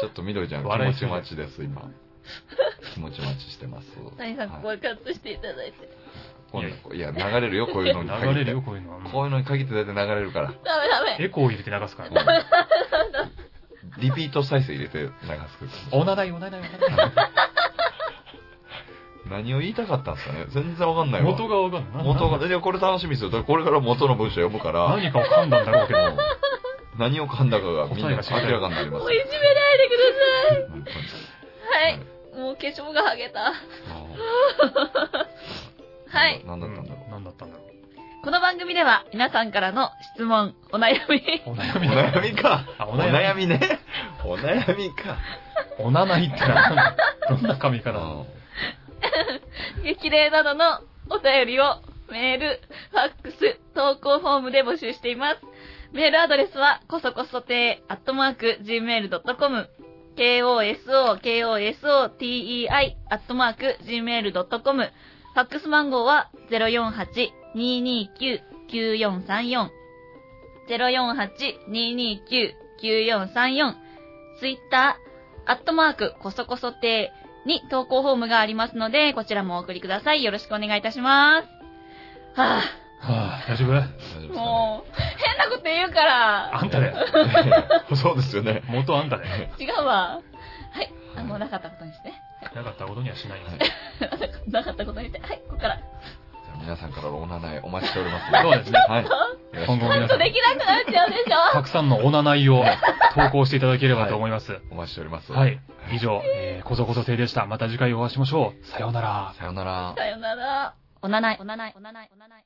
Speaker 2: ちょっとみどりちゃん、気
Speaker 1: 笑い
Speaker 2: 持
Speaker 1: す
Speaker 2: ち
Speaker 1: ぎ
Speaker 2: 待ちです、今。気持ち待ちしてます。
Speaker 3: 谷さん、ここ
Speaker 2: はい
Speaker 3: はカットしていただいて。
Speaker 2: 今度いや、流れるよ、こういうのに限って。
Speaker 1: 流れるよ、こういうのは。
Speaker 2: こういうのに限って大体流れるから。
Speaker 3: ダメダメ。
Speaker 1: エコーを入れて流すから。 [LAUGHS]
Speaker 2: リピート再生入れて流すけど
Speaker 1: おなだい、おなだい、おなだ
Speaker 2: 何を言いたかったんですかね全然わかんない
Speaker 1: い。
Speaker 2: わ。
Speaker 1: 元がわかんない。な
Speaker 2: 元が。で、これ楽しみですよ。だからこれから元の文章読むから、
Speaker 1: 何かを噛んだんだろうけど。
Speaker 2: 何を噛んだかがみんな
Speaker 1: 答え
Speaker 2: 明
Speaker 1: が知りたい
Speaker 2: らかになりま
Speaker 3: も
Speaker 2: す
Speaker 3: ういじ。めないで
Speaker 2: 本
Speaker 3: く
Speaker 2: 当に
Speaker 3: ださい。はい。もう化粧が剥げた。はい。
Speaker 2: 何だったんだろう。
Speaker 1: 何だったんだろう。
Speaker 3: この番組では、皆さんからの質問、お悩み、
Speaker 1: お悩
Speaker 2: お
Speaker 1: み。
Speaker 2: 悩みか。
Speaker 1: あ
Speaker 2: お
Speaker 1: お悩
Speaker 2: 悩みね。お悩みか。
Speaker 1: おなないってなんだどんな髪型なの
Speaker 3: 激励などのお便りを、メール、ファックス、投稿フォームで募集しています。メールアドレスは、こそこそてアットマーク、gmail.com、koso, koso, tei, アットマーク、gmail.com、ファックス番号は、048-229-9434、048-229-9434、ツイッター、アットマーク、こそこそてに投稿フォームがありますので、こちらもお送りください。よろしくお願いいたします。は
Speaker 1: はぁ、大丈夫
Speaker 3: ぁ、もう、変なこと言うから、
Speaker 1: あんただよ。
Speaker 2: [LAUGHS] う。そうですよね。
Speaker 1: 元あんただよ。
Speaker 3: 違うわ。はい、あの、なかったことにして。
Speaker 1: なかったことにはしないよ
Speaker 2: はい
Speaker 1: ね。
Speaker 3: なかったことにして、はい、ここから。
Speaker 2: じゃあ皆さんからのお名前お待ちしております
Speaker 1: そうですね
Speaker 2: はい。よろし
Speaker 1: 今
Speaker 2: く
Speaker 1: 後皆さん
Speaker 3: で、きなくなっちゃうでしょ [LAUGHS]
Speaker 1: たくさんのおなない [LAUGHS] を投稿していただければと思います。
Speaker 2: お待ちしております。
Speaker 1: はい。以上、えー、こそこそ亭でした。また次回お会いしましょう。さようなら。
Speaker 2: さようなら。
Speaker 3: さよなら。おなない、おなない、おなない、おなない。